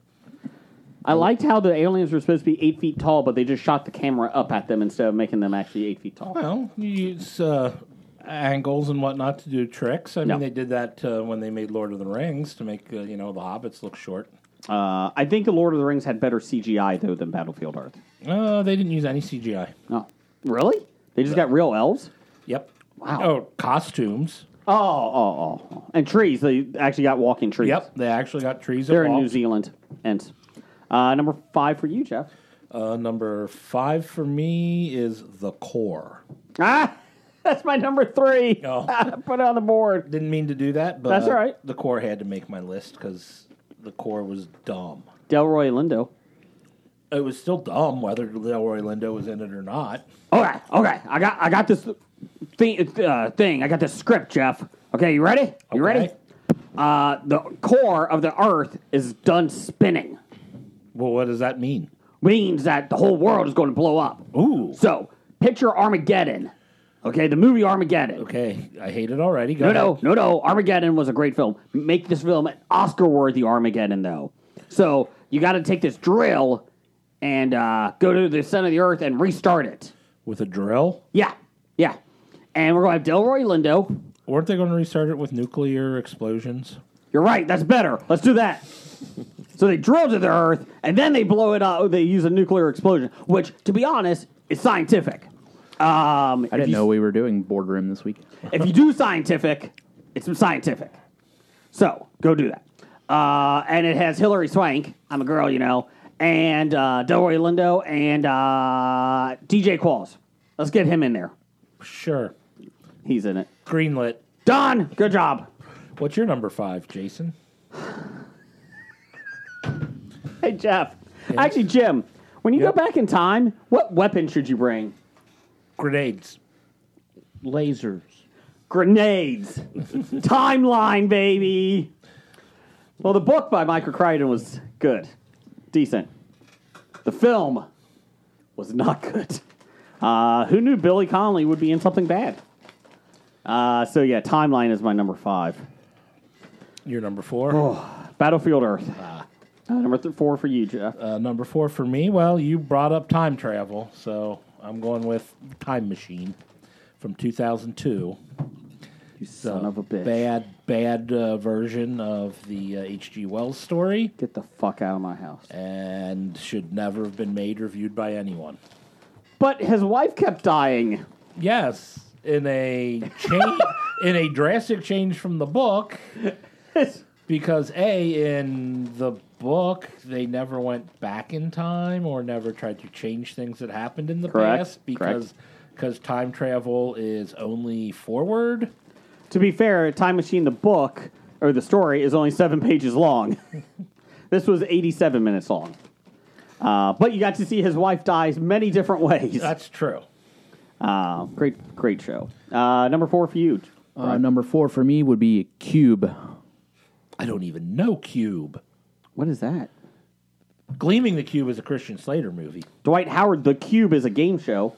I liked how the aliens were supposed to be eight feet tall, but they just shot the camera up at them instead of making them actually eight feet tall.
Well, you use uh, angles and whatnot to do tricks. I
No.
mean, they did that uh, when they made Lord of the Rings to make uh, you know the hobbits look short.
Uh, I think the Lord of the Rings had better CGI though than Battlefield Earth.
Uh, they didn't use any CGI.
Oh, really? They just got real elves.
Yep.
Wow.
Oh, costumes.
Oh, oh, oh, oh. and trees. They actually got walking trees.
Yep. They actually got trees. that
They're in
walked.
New Zealand. And uh, number five for you, Jeff.
Uh, number five for me is the core.
Ah, that's my number three.
No.
Put it on the board.
Didn't mean to do that, but
That's all right.
The core had to make my list because the core was dumb.
Delroy Lindo.
It was still dumb whether Leroy Lindo was in it or not.
Okay, okay. I got I got this thing. Uh, thing. I got this script, Jeff. Okay, you ready?
Okay.
You ready? Uh, the core of the Earth is done spinning.
Well, what does that mean?
Means that the whole world is going to blow up.
Ooh.
So picture Armageddon. Okay, the movie Armageddon.
Okay, I hate it already. Go
No,
ahead.
no, no, no. Armageddon was a great film. Make this film an Oscar-worthy Armageddon, though. So you got to take this drill and uh, go to the center of the Earth and restart it.
With a drill?
Yeah, yeah. And we're gonna have Delroy Lindo.
Weren't they going to restart it with nuclear explosions?
You're right. That's better. Let's do that. so they drill to the Earth and then they blow it up. They use a nuclear explosion, which, to be honest, is scientific. Um,
I didn't know we were doing boardroom this week. Uh,
if you do scientific, it's scientific. So go do that. Uh, and it has Hillary Swank. I'm a girl, you know, and uh, Delroy Lindo and uh, DJ Qualls. Let's get him in there.
Sure.
He's in it.
Greenlit.
Done. Good job.
What's your number five, Jason?
Hey Jeff. Actually, Jim, when you
Yep.
go back in time, what weapon should you bring?
Grenades.
Lasers.
Grenades. Timeline, baby. Well, the book by Michael Crichton was good, decent. The film was not good. Uh, who knew Billy Connolly would be in something bad? Uh, so yeah, timeline is my number five.
Your number four.
Battlefield Earth. Uh, number th- four for you, Jeff.
Ah. Uh, number four for me. Well, you brought up time travel, so I'm going with Time Machine from 2002.
you son of a bitch.
Bad, bad uh, version of the uh, H.G. Wells story,
Get the fuck out of my house.
and should never have been made or viewed by anyone.
But his wife kept dying.
Yes, in a change, in a drastic change from the book, because a in the book they never went back in time or never tried to change things that happened in the
Correct,
past because because time travel is only forward.
To be fair, Time Machine, the book or the story, is only seven pages long. this was 87 minutes long. Uh, but you got to see his wife die many different ways.
That's true.
Uh, great, great show. Uh, number four for you.
Uh, number four for me would be Cube.
I don't even know Cube.
What is that?
Gleaming the Cube is a Christian Slater movie.
Dwight Howard, The Cube is a game show.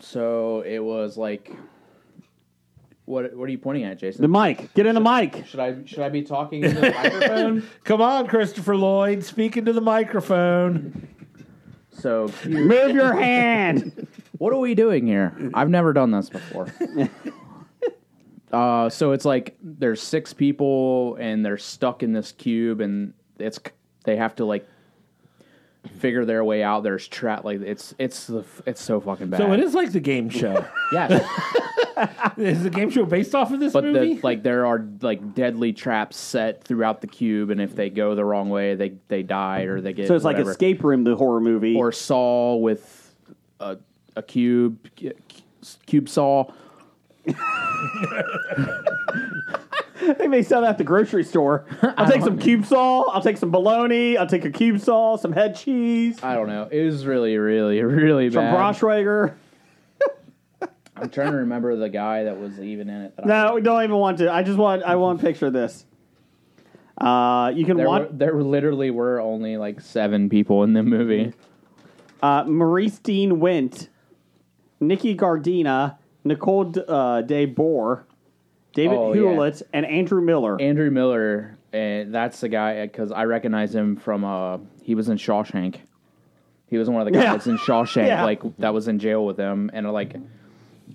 So it was like, what? What are you pointing at, Jason?
The mic. Get in the mic.
Should I should I be talking into the microphone?
Come on, Christopher Lloyd, speak into the microphone.
So Cube.
Move your hand.
what are we doing here? I've never done this before. uh, so it's like there's six people and they're stuck in this cube and it's c- they have to like figure their way out. There's trap like it's it's the f- it's so fucking bad.
So it is like the game show.
yes,
is the game show based off of this
but
movie?
the, like there are like deadly traps set throughout the cube and if they go the wrong way they they die or they get
So it's like
whatever.
Escape Room, the horror movie.
or saw with a, a cube cu- cube saw.
I think they sell that at the grocery store. I'll take some cube saw. I'll take some bologna. I'll take a cube saw, some head cheese,
I don't know. It was really, really, really
some
Uh, bad.
Braunschweiger.
I'm trying to remember the guy that was even in it. That I,
No, we don't even want to. I just want. I want to picture this. Uh, you can
there,
watch
were, there literally were only like seven people in the movie.
uh, Maurice Dean Wint, Nikki Gardina, Nicole D- uh, De Boer, David
Oh, yeah.
Hewlett, and Andrew Miller.
Andrew Miller, and that's the guy because I recognize him from. Uh, he was in Shawshank. He was one of the
Yeah.
guys in Shawshank,
Yeah.
like that was in jail with him, and like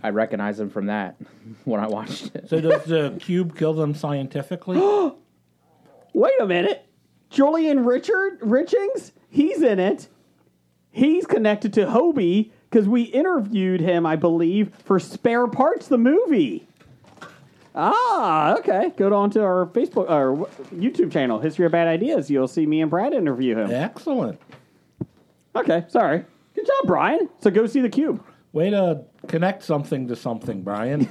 I recognize him from that when I watched it.
So does the cube kill them scientifically?
Wait a minute. Julian Richard Richings, he's in it. He's connected to Hobie because we interviewed him, I believe, for Spare Parts the movie. Ah, okay. Go on to our Facebook or YouTube channel, History of Bad Ideas. You'll see me and Brad interview him.
Excellent.
Okay, sorry. Good job, Brian. So go see the cube.
Way to connect something to something, Brian.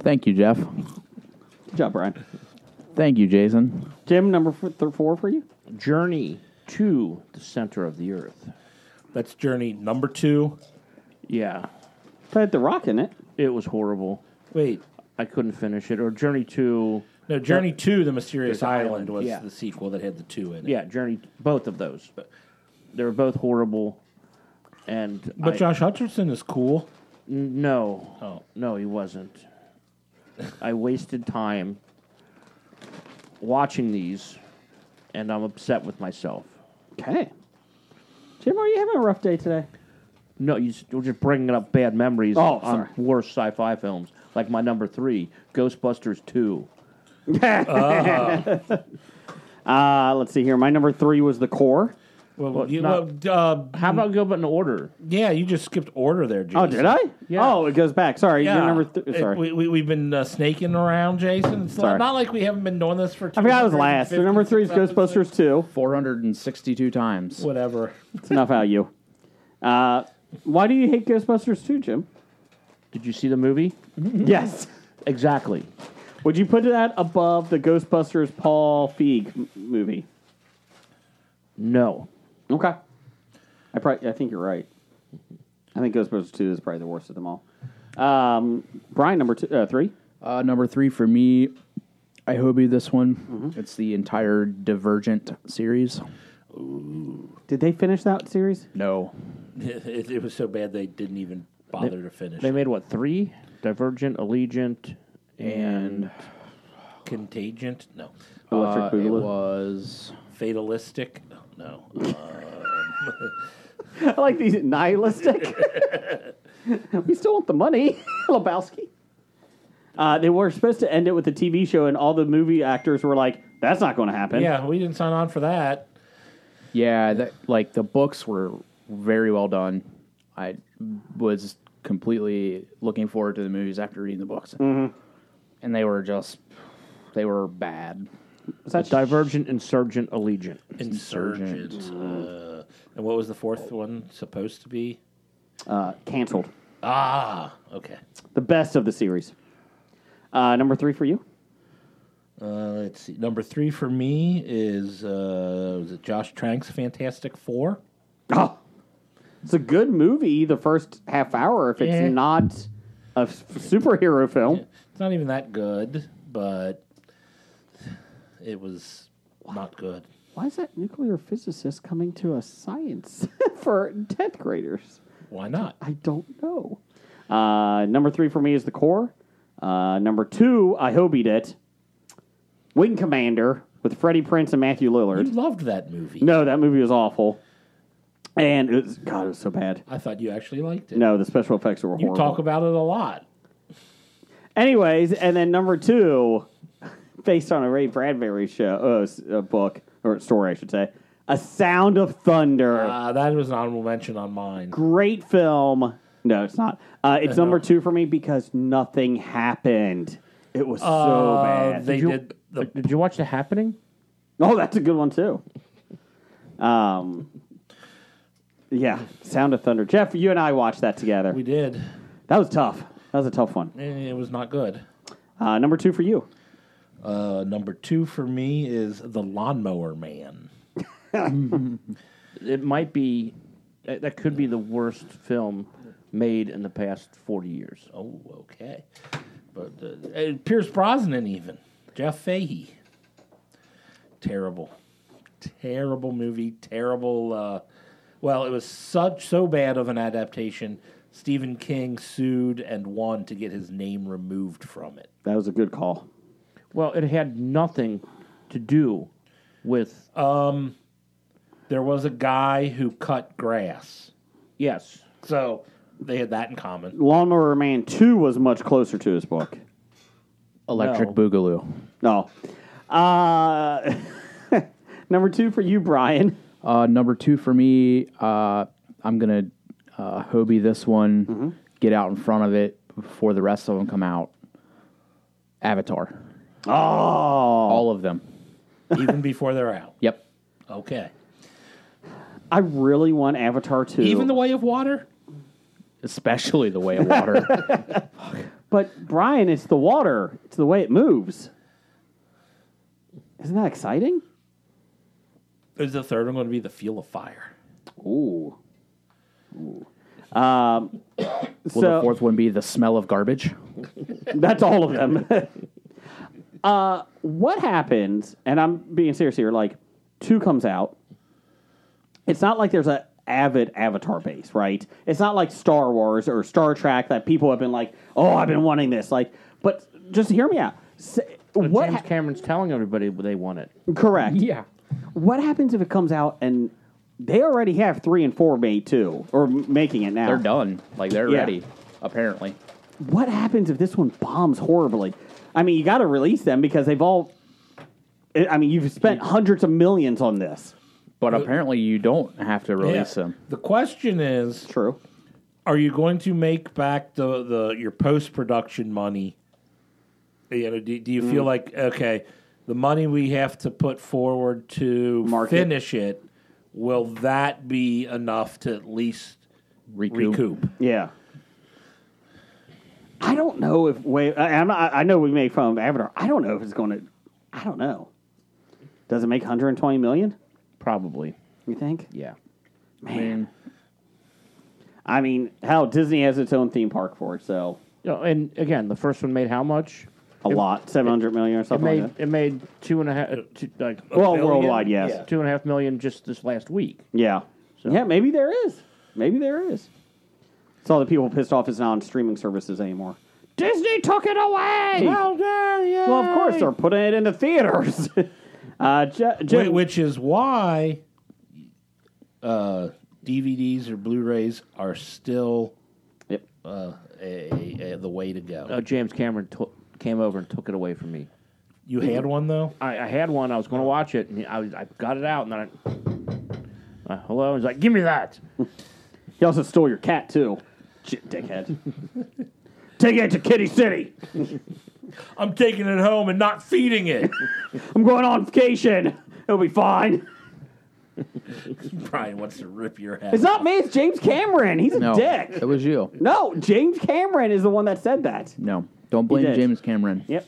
Thank you, Jeff.
Good job, Brian.
Thank you, Jason.
Jim, number four, th- four for you.
Journey to the center of the earth.
That's journey number two.
Yeah,
Put the rock in it.
it was horrible.
Wait,
I couldn't finish it. Or Journey to
no, journey two, the mysterious
There's an
island,
island,
was
yeah.
the sequel that had the two in it.
yeah, Journey both of those. But they were both horrible. And
but
I-
Josh Hutcherson is cool.
no,
Oh.
no, he wasn't. I wasted time watching these, and I'm upset with myself.
Okay. Jim, are you having a rough day today?
No, you, s- you're just bringing up bad memories
Oh,
on
sorry.
worse sci-fi films, like my number three, Ghostbusters Two.
Uh, let's see here. My number three was the core.
Well,
Well,
you,
not-
well, uh,
How about go but in order?
yeah, you just skipped order there, Jason.
Oh, did I?
Yeah.
Oh, it goes back. Sorry,
Yeah.
your number. Th-
It-
sorry,
we, we, we've been uh, snaking around, Jason. It's
Sorry.
not, not like we haven't been doing this for
I forgot I was last. Your number three is
256 episodes.
Ghostbusters two.
462 times.
Whatever.
It's enough out of you. Uh, why do you hate Ghostbusters two, Jim?
Did you see the movie?
yes.
Exactly.
Would you put that above the Ghostbusters Paul Feig m- movie?
No.
Okay. I probably. I think you're right. I think Ghostbusters two is probably the worst of them all. Um, Brian, number two, uh, three.
Uh, number three for me, I hope you this one. It's the entire Divergent series.
Did they finish that series?
No.
It, it was so bad they didn't even bother to finish.
They made what three? Divergent, Allegiant, and,
Contagion? No.
Electric
Uh, it
Boogaloo.
was.
Fatalistic? No.
I like these nihilistic. we still want the money, Lebowski. Uh, they were supposed to end it with a TV show, and all the movie actors were like, "That's not going to happen."
yeah, we didn't sign on for that.
Yeah, that, like the books were very well done. I was completely looking forward to the movies after reading the books. And they were just. They were bad.
Is that
Divergent, Insurgent, Allegiant.
Insurgent. Uh, and what was the fourth one supposed to be?
uh, canceled?
Ah, okay.
The best of the series. Uh, number three for you.
Uh, let's see. Number three for me is uh, was it Josh Trank's Fantastic Four? Ah.
Oh, it's a good movie. The first half hour, if it's
Yeah.
not a f- superhero film,
It's not even that good, but it was not good.
why is that nuclear physicist coming to a science for tenth graders?
Why not?
I don't know. Uh, number three for me is the core. Uh, number two, I hobied it. Wing Commander with Freddie Prince and Matthew
You
Lillard.
loved that movie.
No, that movie was awful, and it was, God, it was so bad.
I thought you actually liked it.
No, the special effects were
you
horrible.
talk about it a lot.
Anyways, and then number two, based on a Ray Bradbury show, uh, s- uh, book or story, I should say, A Sound of Thunder.
Uh, that was an honorable mention on mine.
Great film. No, it's not. Uh, it's number two for me because nothing happened. It was so
Uh,
bad.
they
you-
did the
Did you watch The Happening?
Oh, that's a good one too. Um, yeah, Sound of Thunder. Jeff, you and I watched that together.
we did.
that was tough. That was a tough one.
Eh, It was not good.
Uh, number two for you.
Uh, number two for me is The Lawnmower Man.
It might be. That that could be the worst film made in the past forty years.
Oh, okay. But uh, eh, Pierce Brosnan, even Jeff Fahey. Terrible, terrible movie. Terrible. Uh, well, it was such so bad of an adaptation. Stephen King sued and won to get his name removed from it.
That was a good call.
Well, it had nothing to do with.
Uh, There was a guy who cut grass.
yes,
So They had that in common.
Lawnmower Man 2 was much closer to his book.
Electric
No.
Boogaloo.
No. Uh, number two for you, Brian.
Uh, number two for me, uh, I'm gonna uh, Hobie this one.
Mm-hmm.
Get out in front of it before the rest of them come out. Avatar,
Oh.
all of them.
Even before they're out.
Yep.
Okay.
I really want Avatar 2.
Even the way of water?
Especially the way of water.
But Brian, it's the water. It's the way it moves. Isn't that exciting?
Is the third one going to be the feel of fire?
Ooh. Ooh. Um,
Will
so
the fourth one be the smell of garbage?
that's all of them. uh, what happens? And I'm being serious here. Like two comes out. It's not like there's a avid Avatar base, right? It's not like Star Wars or Star Trek that people have been like, "Oh, I've been wanting this." Like, but just hear me out. Say, what
James
ha-
Cameron's telling everybody they want it.
correct?
Yeah.
What happens if it comes out and they already have three and four made too, or m- making it now?
They're done. Like they're
Oh. Yeah.
ready. Apparently.
What happens if this one bombs horribly? I mean, you got to release them because they've all. eh, I I mean, you've spent hundreds of millions on this.
But apparently you don't have to release them.
The question is
True.
are you going to make back the, the your post production money? You know, do, do you feel like okay, the money we have to put forward to
Market.
finish it, will that be enough to at least
Recoup.
recoup?
Yeah. I don't know if way. I, I'm not, I know we make fun of Avatar. I don't know if it's going to. I don't know. Does it make 120 million?
Probably.
You think?
Yeah.
Man. I mean, hell, Disney has its own theme park for it, so
You know, and again, the first one made how much?
a lot, seven hundred million or
It
something.
made
like that.
it made two and a half, uh, two, like
Well,
billion?
worldwide, yes.
Yeah.
two and a half million just this last week.
Yeah, yeah. Maybe there is. Maybe there is. It's all the people pissed off it's not on streaming services anymore. Disney took it away. Well, of course they're putting it in the theaters. uh, Je-
Whi-
Jim,
Which is why uh, DVDs or Blu-rays are still
Yep.
uh, a, a, the way to go.
Uh, James Cameron to- came over and took it away from me.
you had one though.
I, I had one. I was going to watch it, and I, was, I got it out, and then I, uh, hello, he's like, "Give me that."
he also stole your cat too. Shit, dickhead. Take it to Kitty City.
I'm taking it home and not feeding it.
I'm going on vacation. It'll be fine.
Brian wants to rip your head.
It's not me. It's James Cameron. He's a
No.
dick.
It was you.
No, James Cameron is the one that said that.
No. Don't blame
did.
James Cameron.
Yep.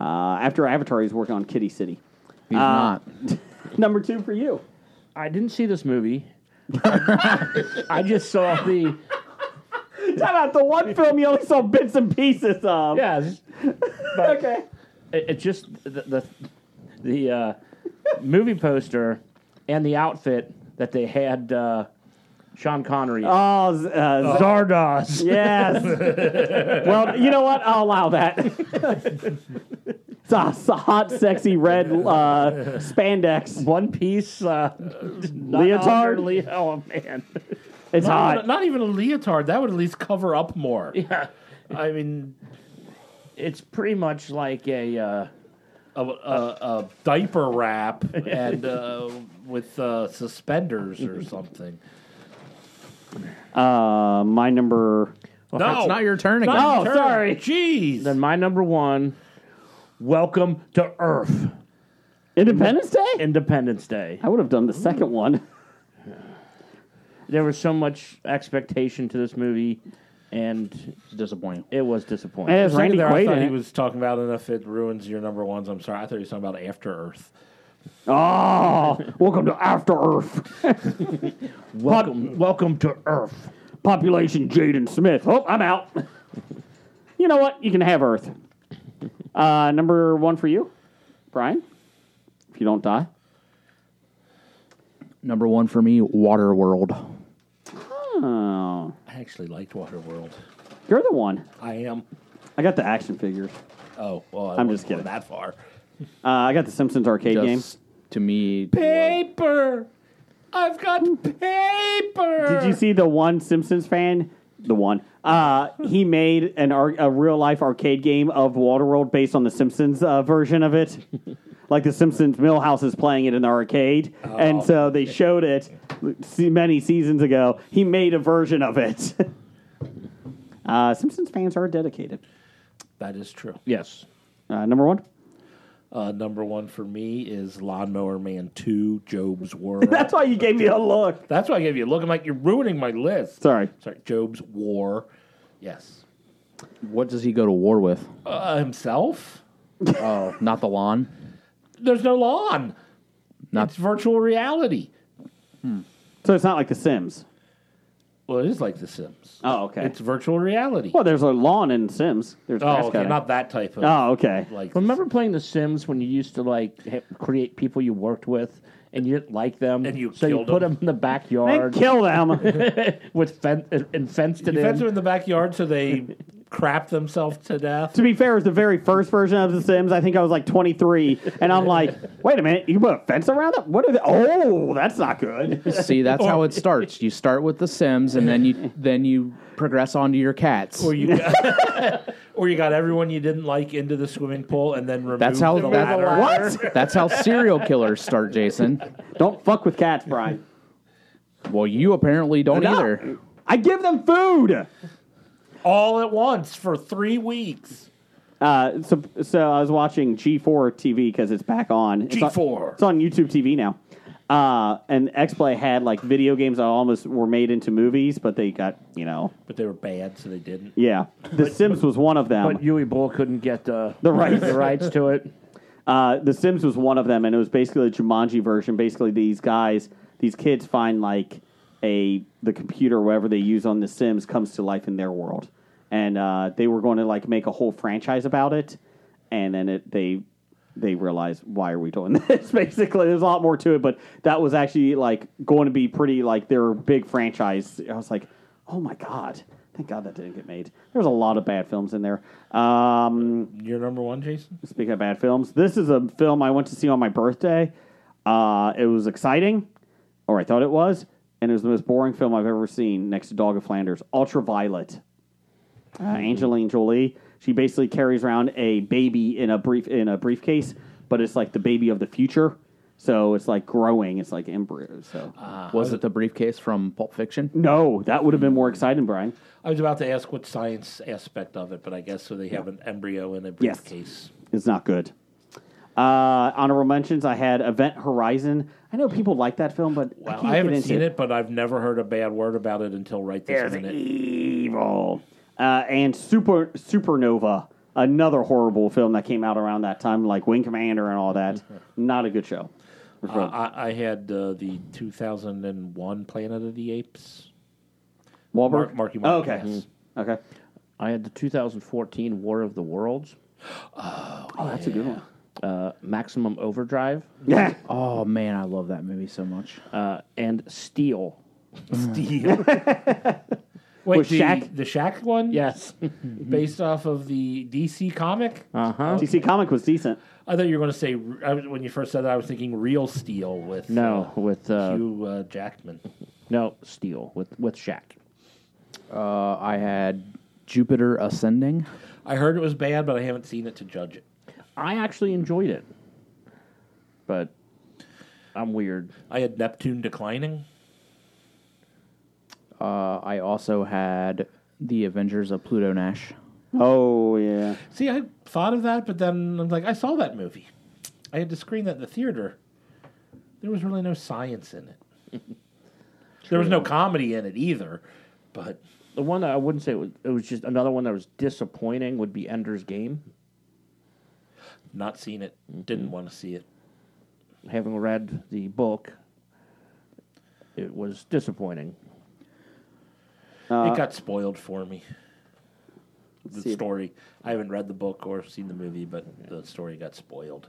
Uh, after Avatar, he's working on Kitty City. Uh,
He's not.
Number two for you.
I didn't see this movie. I just saw the
Time out. The one film you only saw bits and pieces of.
yeah. it's- but
Okay.
It, it just the the, the uh, movie poster and the outfit that they had uh, Sean Connery. in.
Oh, z- uh, z-
Zardoz.
yes. well, you know what? I'll allow that. it's, a, it's a hot, sexy red uh, spandex
One Piece uh, not
Leotard?
under Le- oh man,
It's
not,
hot.
even, not even a leotard. That would at least cover up more.
yeah. I mean, it's pretty much like a uh,
A, a, a diaper wrap and uh, with uh, suspenders or something.
Uh, my number.
no,
It's not your turn again.
Not
Oh,
your turn.
sorry.
Jeez.
then my number one. Welcome to Earth,
Independence Day?
Independence Day.
I would have done the second one.
There was so much expectation to this movie, and
It's disappointing.
it was disappointing.
For
It
a
has
second
Randy
there, I
Quaid
thought
in
he
it.
was talking about and if it ruins your number ones. I'm sorry. I thought he was talking about After Earth.
Oh, welcome to After Earth.
Welcome, welcome to Earth.
Population Jaden Smith. Oh, I'm out. you know what? You can have Earth. Uh, number one for you, Brian. If you don't die.
Number one for me, Waterworld.
Oh,
I actually liked Waterworld.
you're the one.
I am.
I got the action figures.
Oh, well, I
I'm
wasn't
just
going
kidding.
that far.
Uh, I got the Simpsons arcade
Just
game.
to me,
Hmm.
Paper. I've got paper.
Did you see the one Simpsons fan the one. Uh, he made an ar- a real life arcade game of Waterworld based on the Simpsons uh, version of it. like the Simpsons Millhouse is playing it in the arcade,
Oh.
and so they showed it se- many seasons ago. He made a version of it. uh, Simpsons fans are dedicated.
That is true.
Yes.
Uh, number one.
Uh, number one for me is Lawnmower Man 2, Job's World.
That's why you gave me a look.
That's why I gave you a look. I'm like, you're ruining my list.
Sorry.
Sorry, Job's War. Yes.
What does he go to war with?
Uh, himself?
Oh, not the lawn.
There's no lawn.
Not-
It's virtual reality.
So it's not like The Sims.
Well, it is like The Sims.
Oh, okay.
It's virtual reality.
well, there's a lawn in Sims. There's grass
Oh, okay.
cutting.
Not that type of.
oh, okay.
Like,
Remember playing The Sims when you used to like ha- create people you worked with and you didn't like them,
And you
so you
killed
put
them.
them in the
Then
backyard
kill them.
with fen- and fenced it
you fence
in.
them in the backyard so they crap themselves to death.
to be fair, it was the very first version of The Sims. I think I was like 23, and I'm like, wait a minute, you put a fence around it? What are the? Oh, that's not good.
See, that's how it starts. You start with the Sims, and then you then you progress onto your cats.
Or you, or you got everyone you didn't like into the swimming pool and then removed
That's how
the
that-
ladder.
what?
That's how serial killers start, Jason.
Don't fuck with cats, Brian.
Well, you apparently don't
No.
either.
I give them food.
all at once for three weeks.
Uh, so, so I was watching G4 TV because it's back on. It's on-
G4.
It's on YouTube TV now. Uh, and XPlay had like video games that almost were made into movies, but they got you know
But they were bad, so they didn't.
yeah. The Sims was one of them.
But Yui Bull couldn't get uh,
The rights.
the rights to it.
Uh, the Sims was one of them, and it was basically the Jumanji version. Basically, these guys, these kids, find like a the computer, whatever they use on the Sims, comes to life in their world, and uh, they were going to like make a whole franchise about it, and then it they they realized why are we doing this? basically, there's a lot more to it, but that was actually like going to be pretty like their big franchise. I was like, oh my god. Thank God that didn't get made. There's a lot of bad films in there. Um,
You're number one, Jason.
Speaking of bad films, this is a film I went to see on my birthday. Uh, it was exciting, or I thought it was, and it was the most boring film I've ever seen next to Dog of Flanders. Ultraviolet. Uh,
Hmm.
Angeline Jolie. She basically carries around a baby in a brief in a briefcase, but it's like the baby of the future. So it's like growing. It's like embryos. So
Uh,
Was it the briefcase from Pulp Fiction?
no, that would have been more exciting, Brian.
I was about to ask what science aspect of it, but I guess so they have an embryo in a
Yes.
briefcase.
It's not good. Uh, honorable mentions. I had Event Horizon. I know people like that film, but I,
Wow,
can't
I,
get
haven't
into
seen it, but I've never heard a bad word about it until right this
There's E.
minute.
evil. Uh, and Super Supernova, another horrible film that came out around that time, like Wing Commander and all that. Not a good show.
Mm-hmm. Uh, I, I had uh, the 2001 Planet of the Apes.
Wahlberg.
Mark- Marky Mark, Mm-hmm.
Oh, okay.
yes.
Okay.
I had the 2014 War of the Worlds,
Oh, that's a good one.
uh, Maximum Overdrive,
Yeah.
Oh man, I love that movie so much.
uh, and Steel.
Steel. Mm-hmm. Wait,
Was
the,
Shaq-
the Shaq one? Mm-hmm.
Yes.
Based off of the DC comic? Oh,
Uh huh.
DC Comic was decent.
I thought you were going to say, I was- when you first said that, I was thinking Real Steel with
No, with
uh,
uh,
Hugh uh, Jackman.
no Steel with with Shaq.
Uh, I had Jupiter Ascending.
I heard it was bad, but I haven't seen it to judge it.
I actually enjoyed it, but I'm weird.
I had Neptune declining.
Uh, I also had The Avengers of Pluto Nash.
Mm-hmm.
Oh yeah.
See, I thought of that, but then I'm like, I saw that movie. I had to screen that in the theater. There was really no science in it. there was no comedy in it either. But
The one that I wouldn't say was, it was just another one that was disappointing would be Ender's Game.
not seen it. Didn't want to see it.
Having read the book, it was disappointing.
it got spoiled for me. The story. I haven't read the book or seen the movie, but the story got spoiled.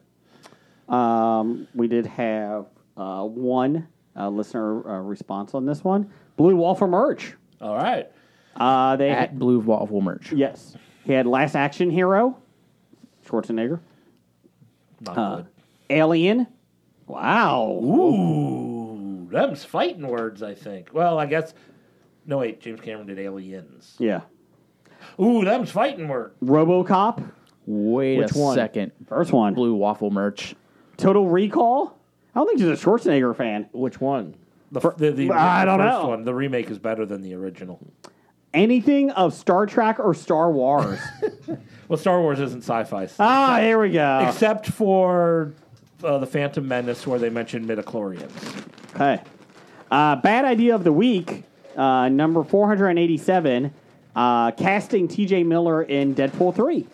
Um, we did have uh, one uh, listener uh, response on this one. Blue Wall for merch.
All right.
Uh, they
At Blue Waffle Merch.
yes. He had Last Action Hero. Schwarzenegger.
Not good.
Alien. Wow.
Ooh, them's fighting words, I think. Well, I guess No, wait, James Cameron did Aliens.
Yeah.
Ooh, them's fighting words.
RoboCop,
Wait
Which
a
one?
second.
first one.
Blue waffle merch.
Total Recall. I don't think she's a Schwarzenegger fan.
Which one?
The, f the, the,
I
the
don't
first
know.
One, the remake is better than the original.
Anything of Star Trek or Star Wars.
Well, Star Wars isn't sci-fi,
ah, here we go.
Uh, except for uh, the Phantom Menace, where they mentioned midichlorians.
Okay. Uh, bad idea of the week, uh, number 487, uh, casting TJ Miller in Deadpool 3.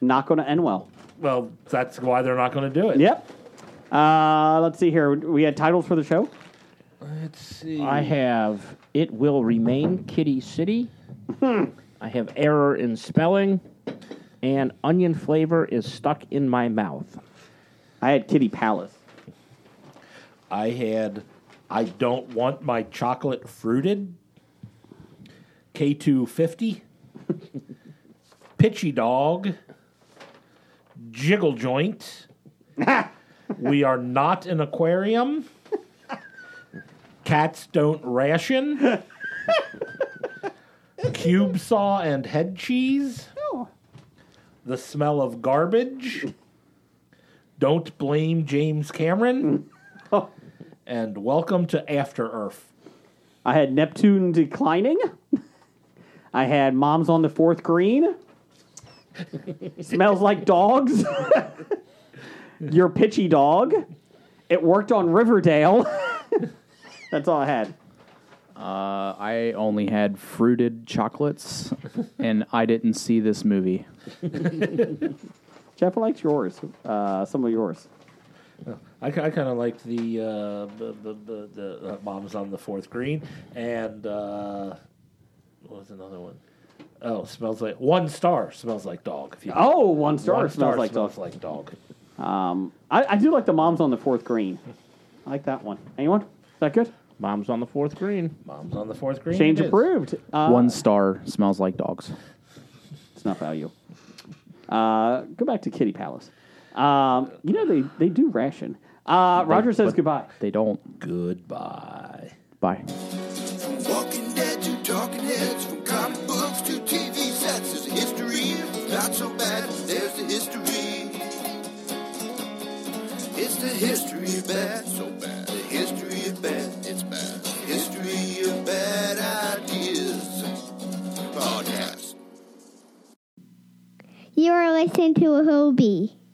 Not going to end well.
Well, that's why they're not going to do it.
Yep. Uh, let's see here. We had titles for the show.
Let's see.
I have It Will Remain Kitty City. I have Error in Spelling. And Onion Flavor is Stuck in My Mouth.
I had Kitty Palace.
I had. I don't want my chocolate fruited. K two fifty. Pitchy dog. Jiggle joint. we are not an aquarium. Cats don't ration. Cube saw and head cheese. The smell of garbage. Don't blame James Cameron and welcome to After Earth.
I had Neptune declining. I had Moms on the Fourth Green. Smells like dogs. Your pitchy dog. It worked on Riverdale. That's all I had.
Uh, I only had fruited chocolates, and I didn't see this movie.
Jeff likes yours. Uh, some of yours.
I, kind of liked the, uh, the, the, the, the uh, Moms on the Fourth Green and uh, what was another one? Oh, smells like one star smells like dog. If you
Oh, one star
One
smells like dogs.
smells like dog.
Um, I, I do like the Moms on the Fourth Green. I like that one. Anyone? Is that good?
Mom's on the fourth green.
Moms on the Fourth Green.
Change
it is.
approved. Uh,
One star smells like dogs.
It's not value. Uh, go back to Kitty Palace. Um, you know they, they do ration. Uh, Roger says goodbye.
They don't.
Goodbye.
Bye.
Walking Dead to Talking Heads, from comic books to TV sets, there's a history. Not so bad, there's the history. It's the history of bad, so bad. The history of bad, it's bad. History of bad ideas. Podcast.
You are listening to a Hobie.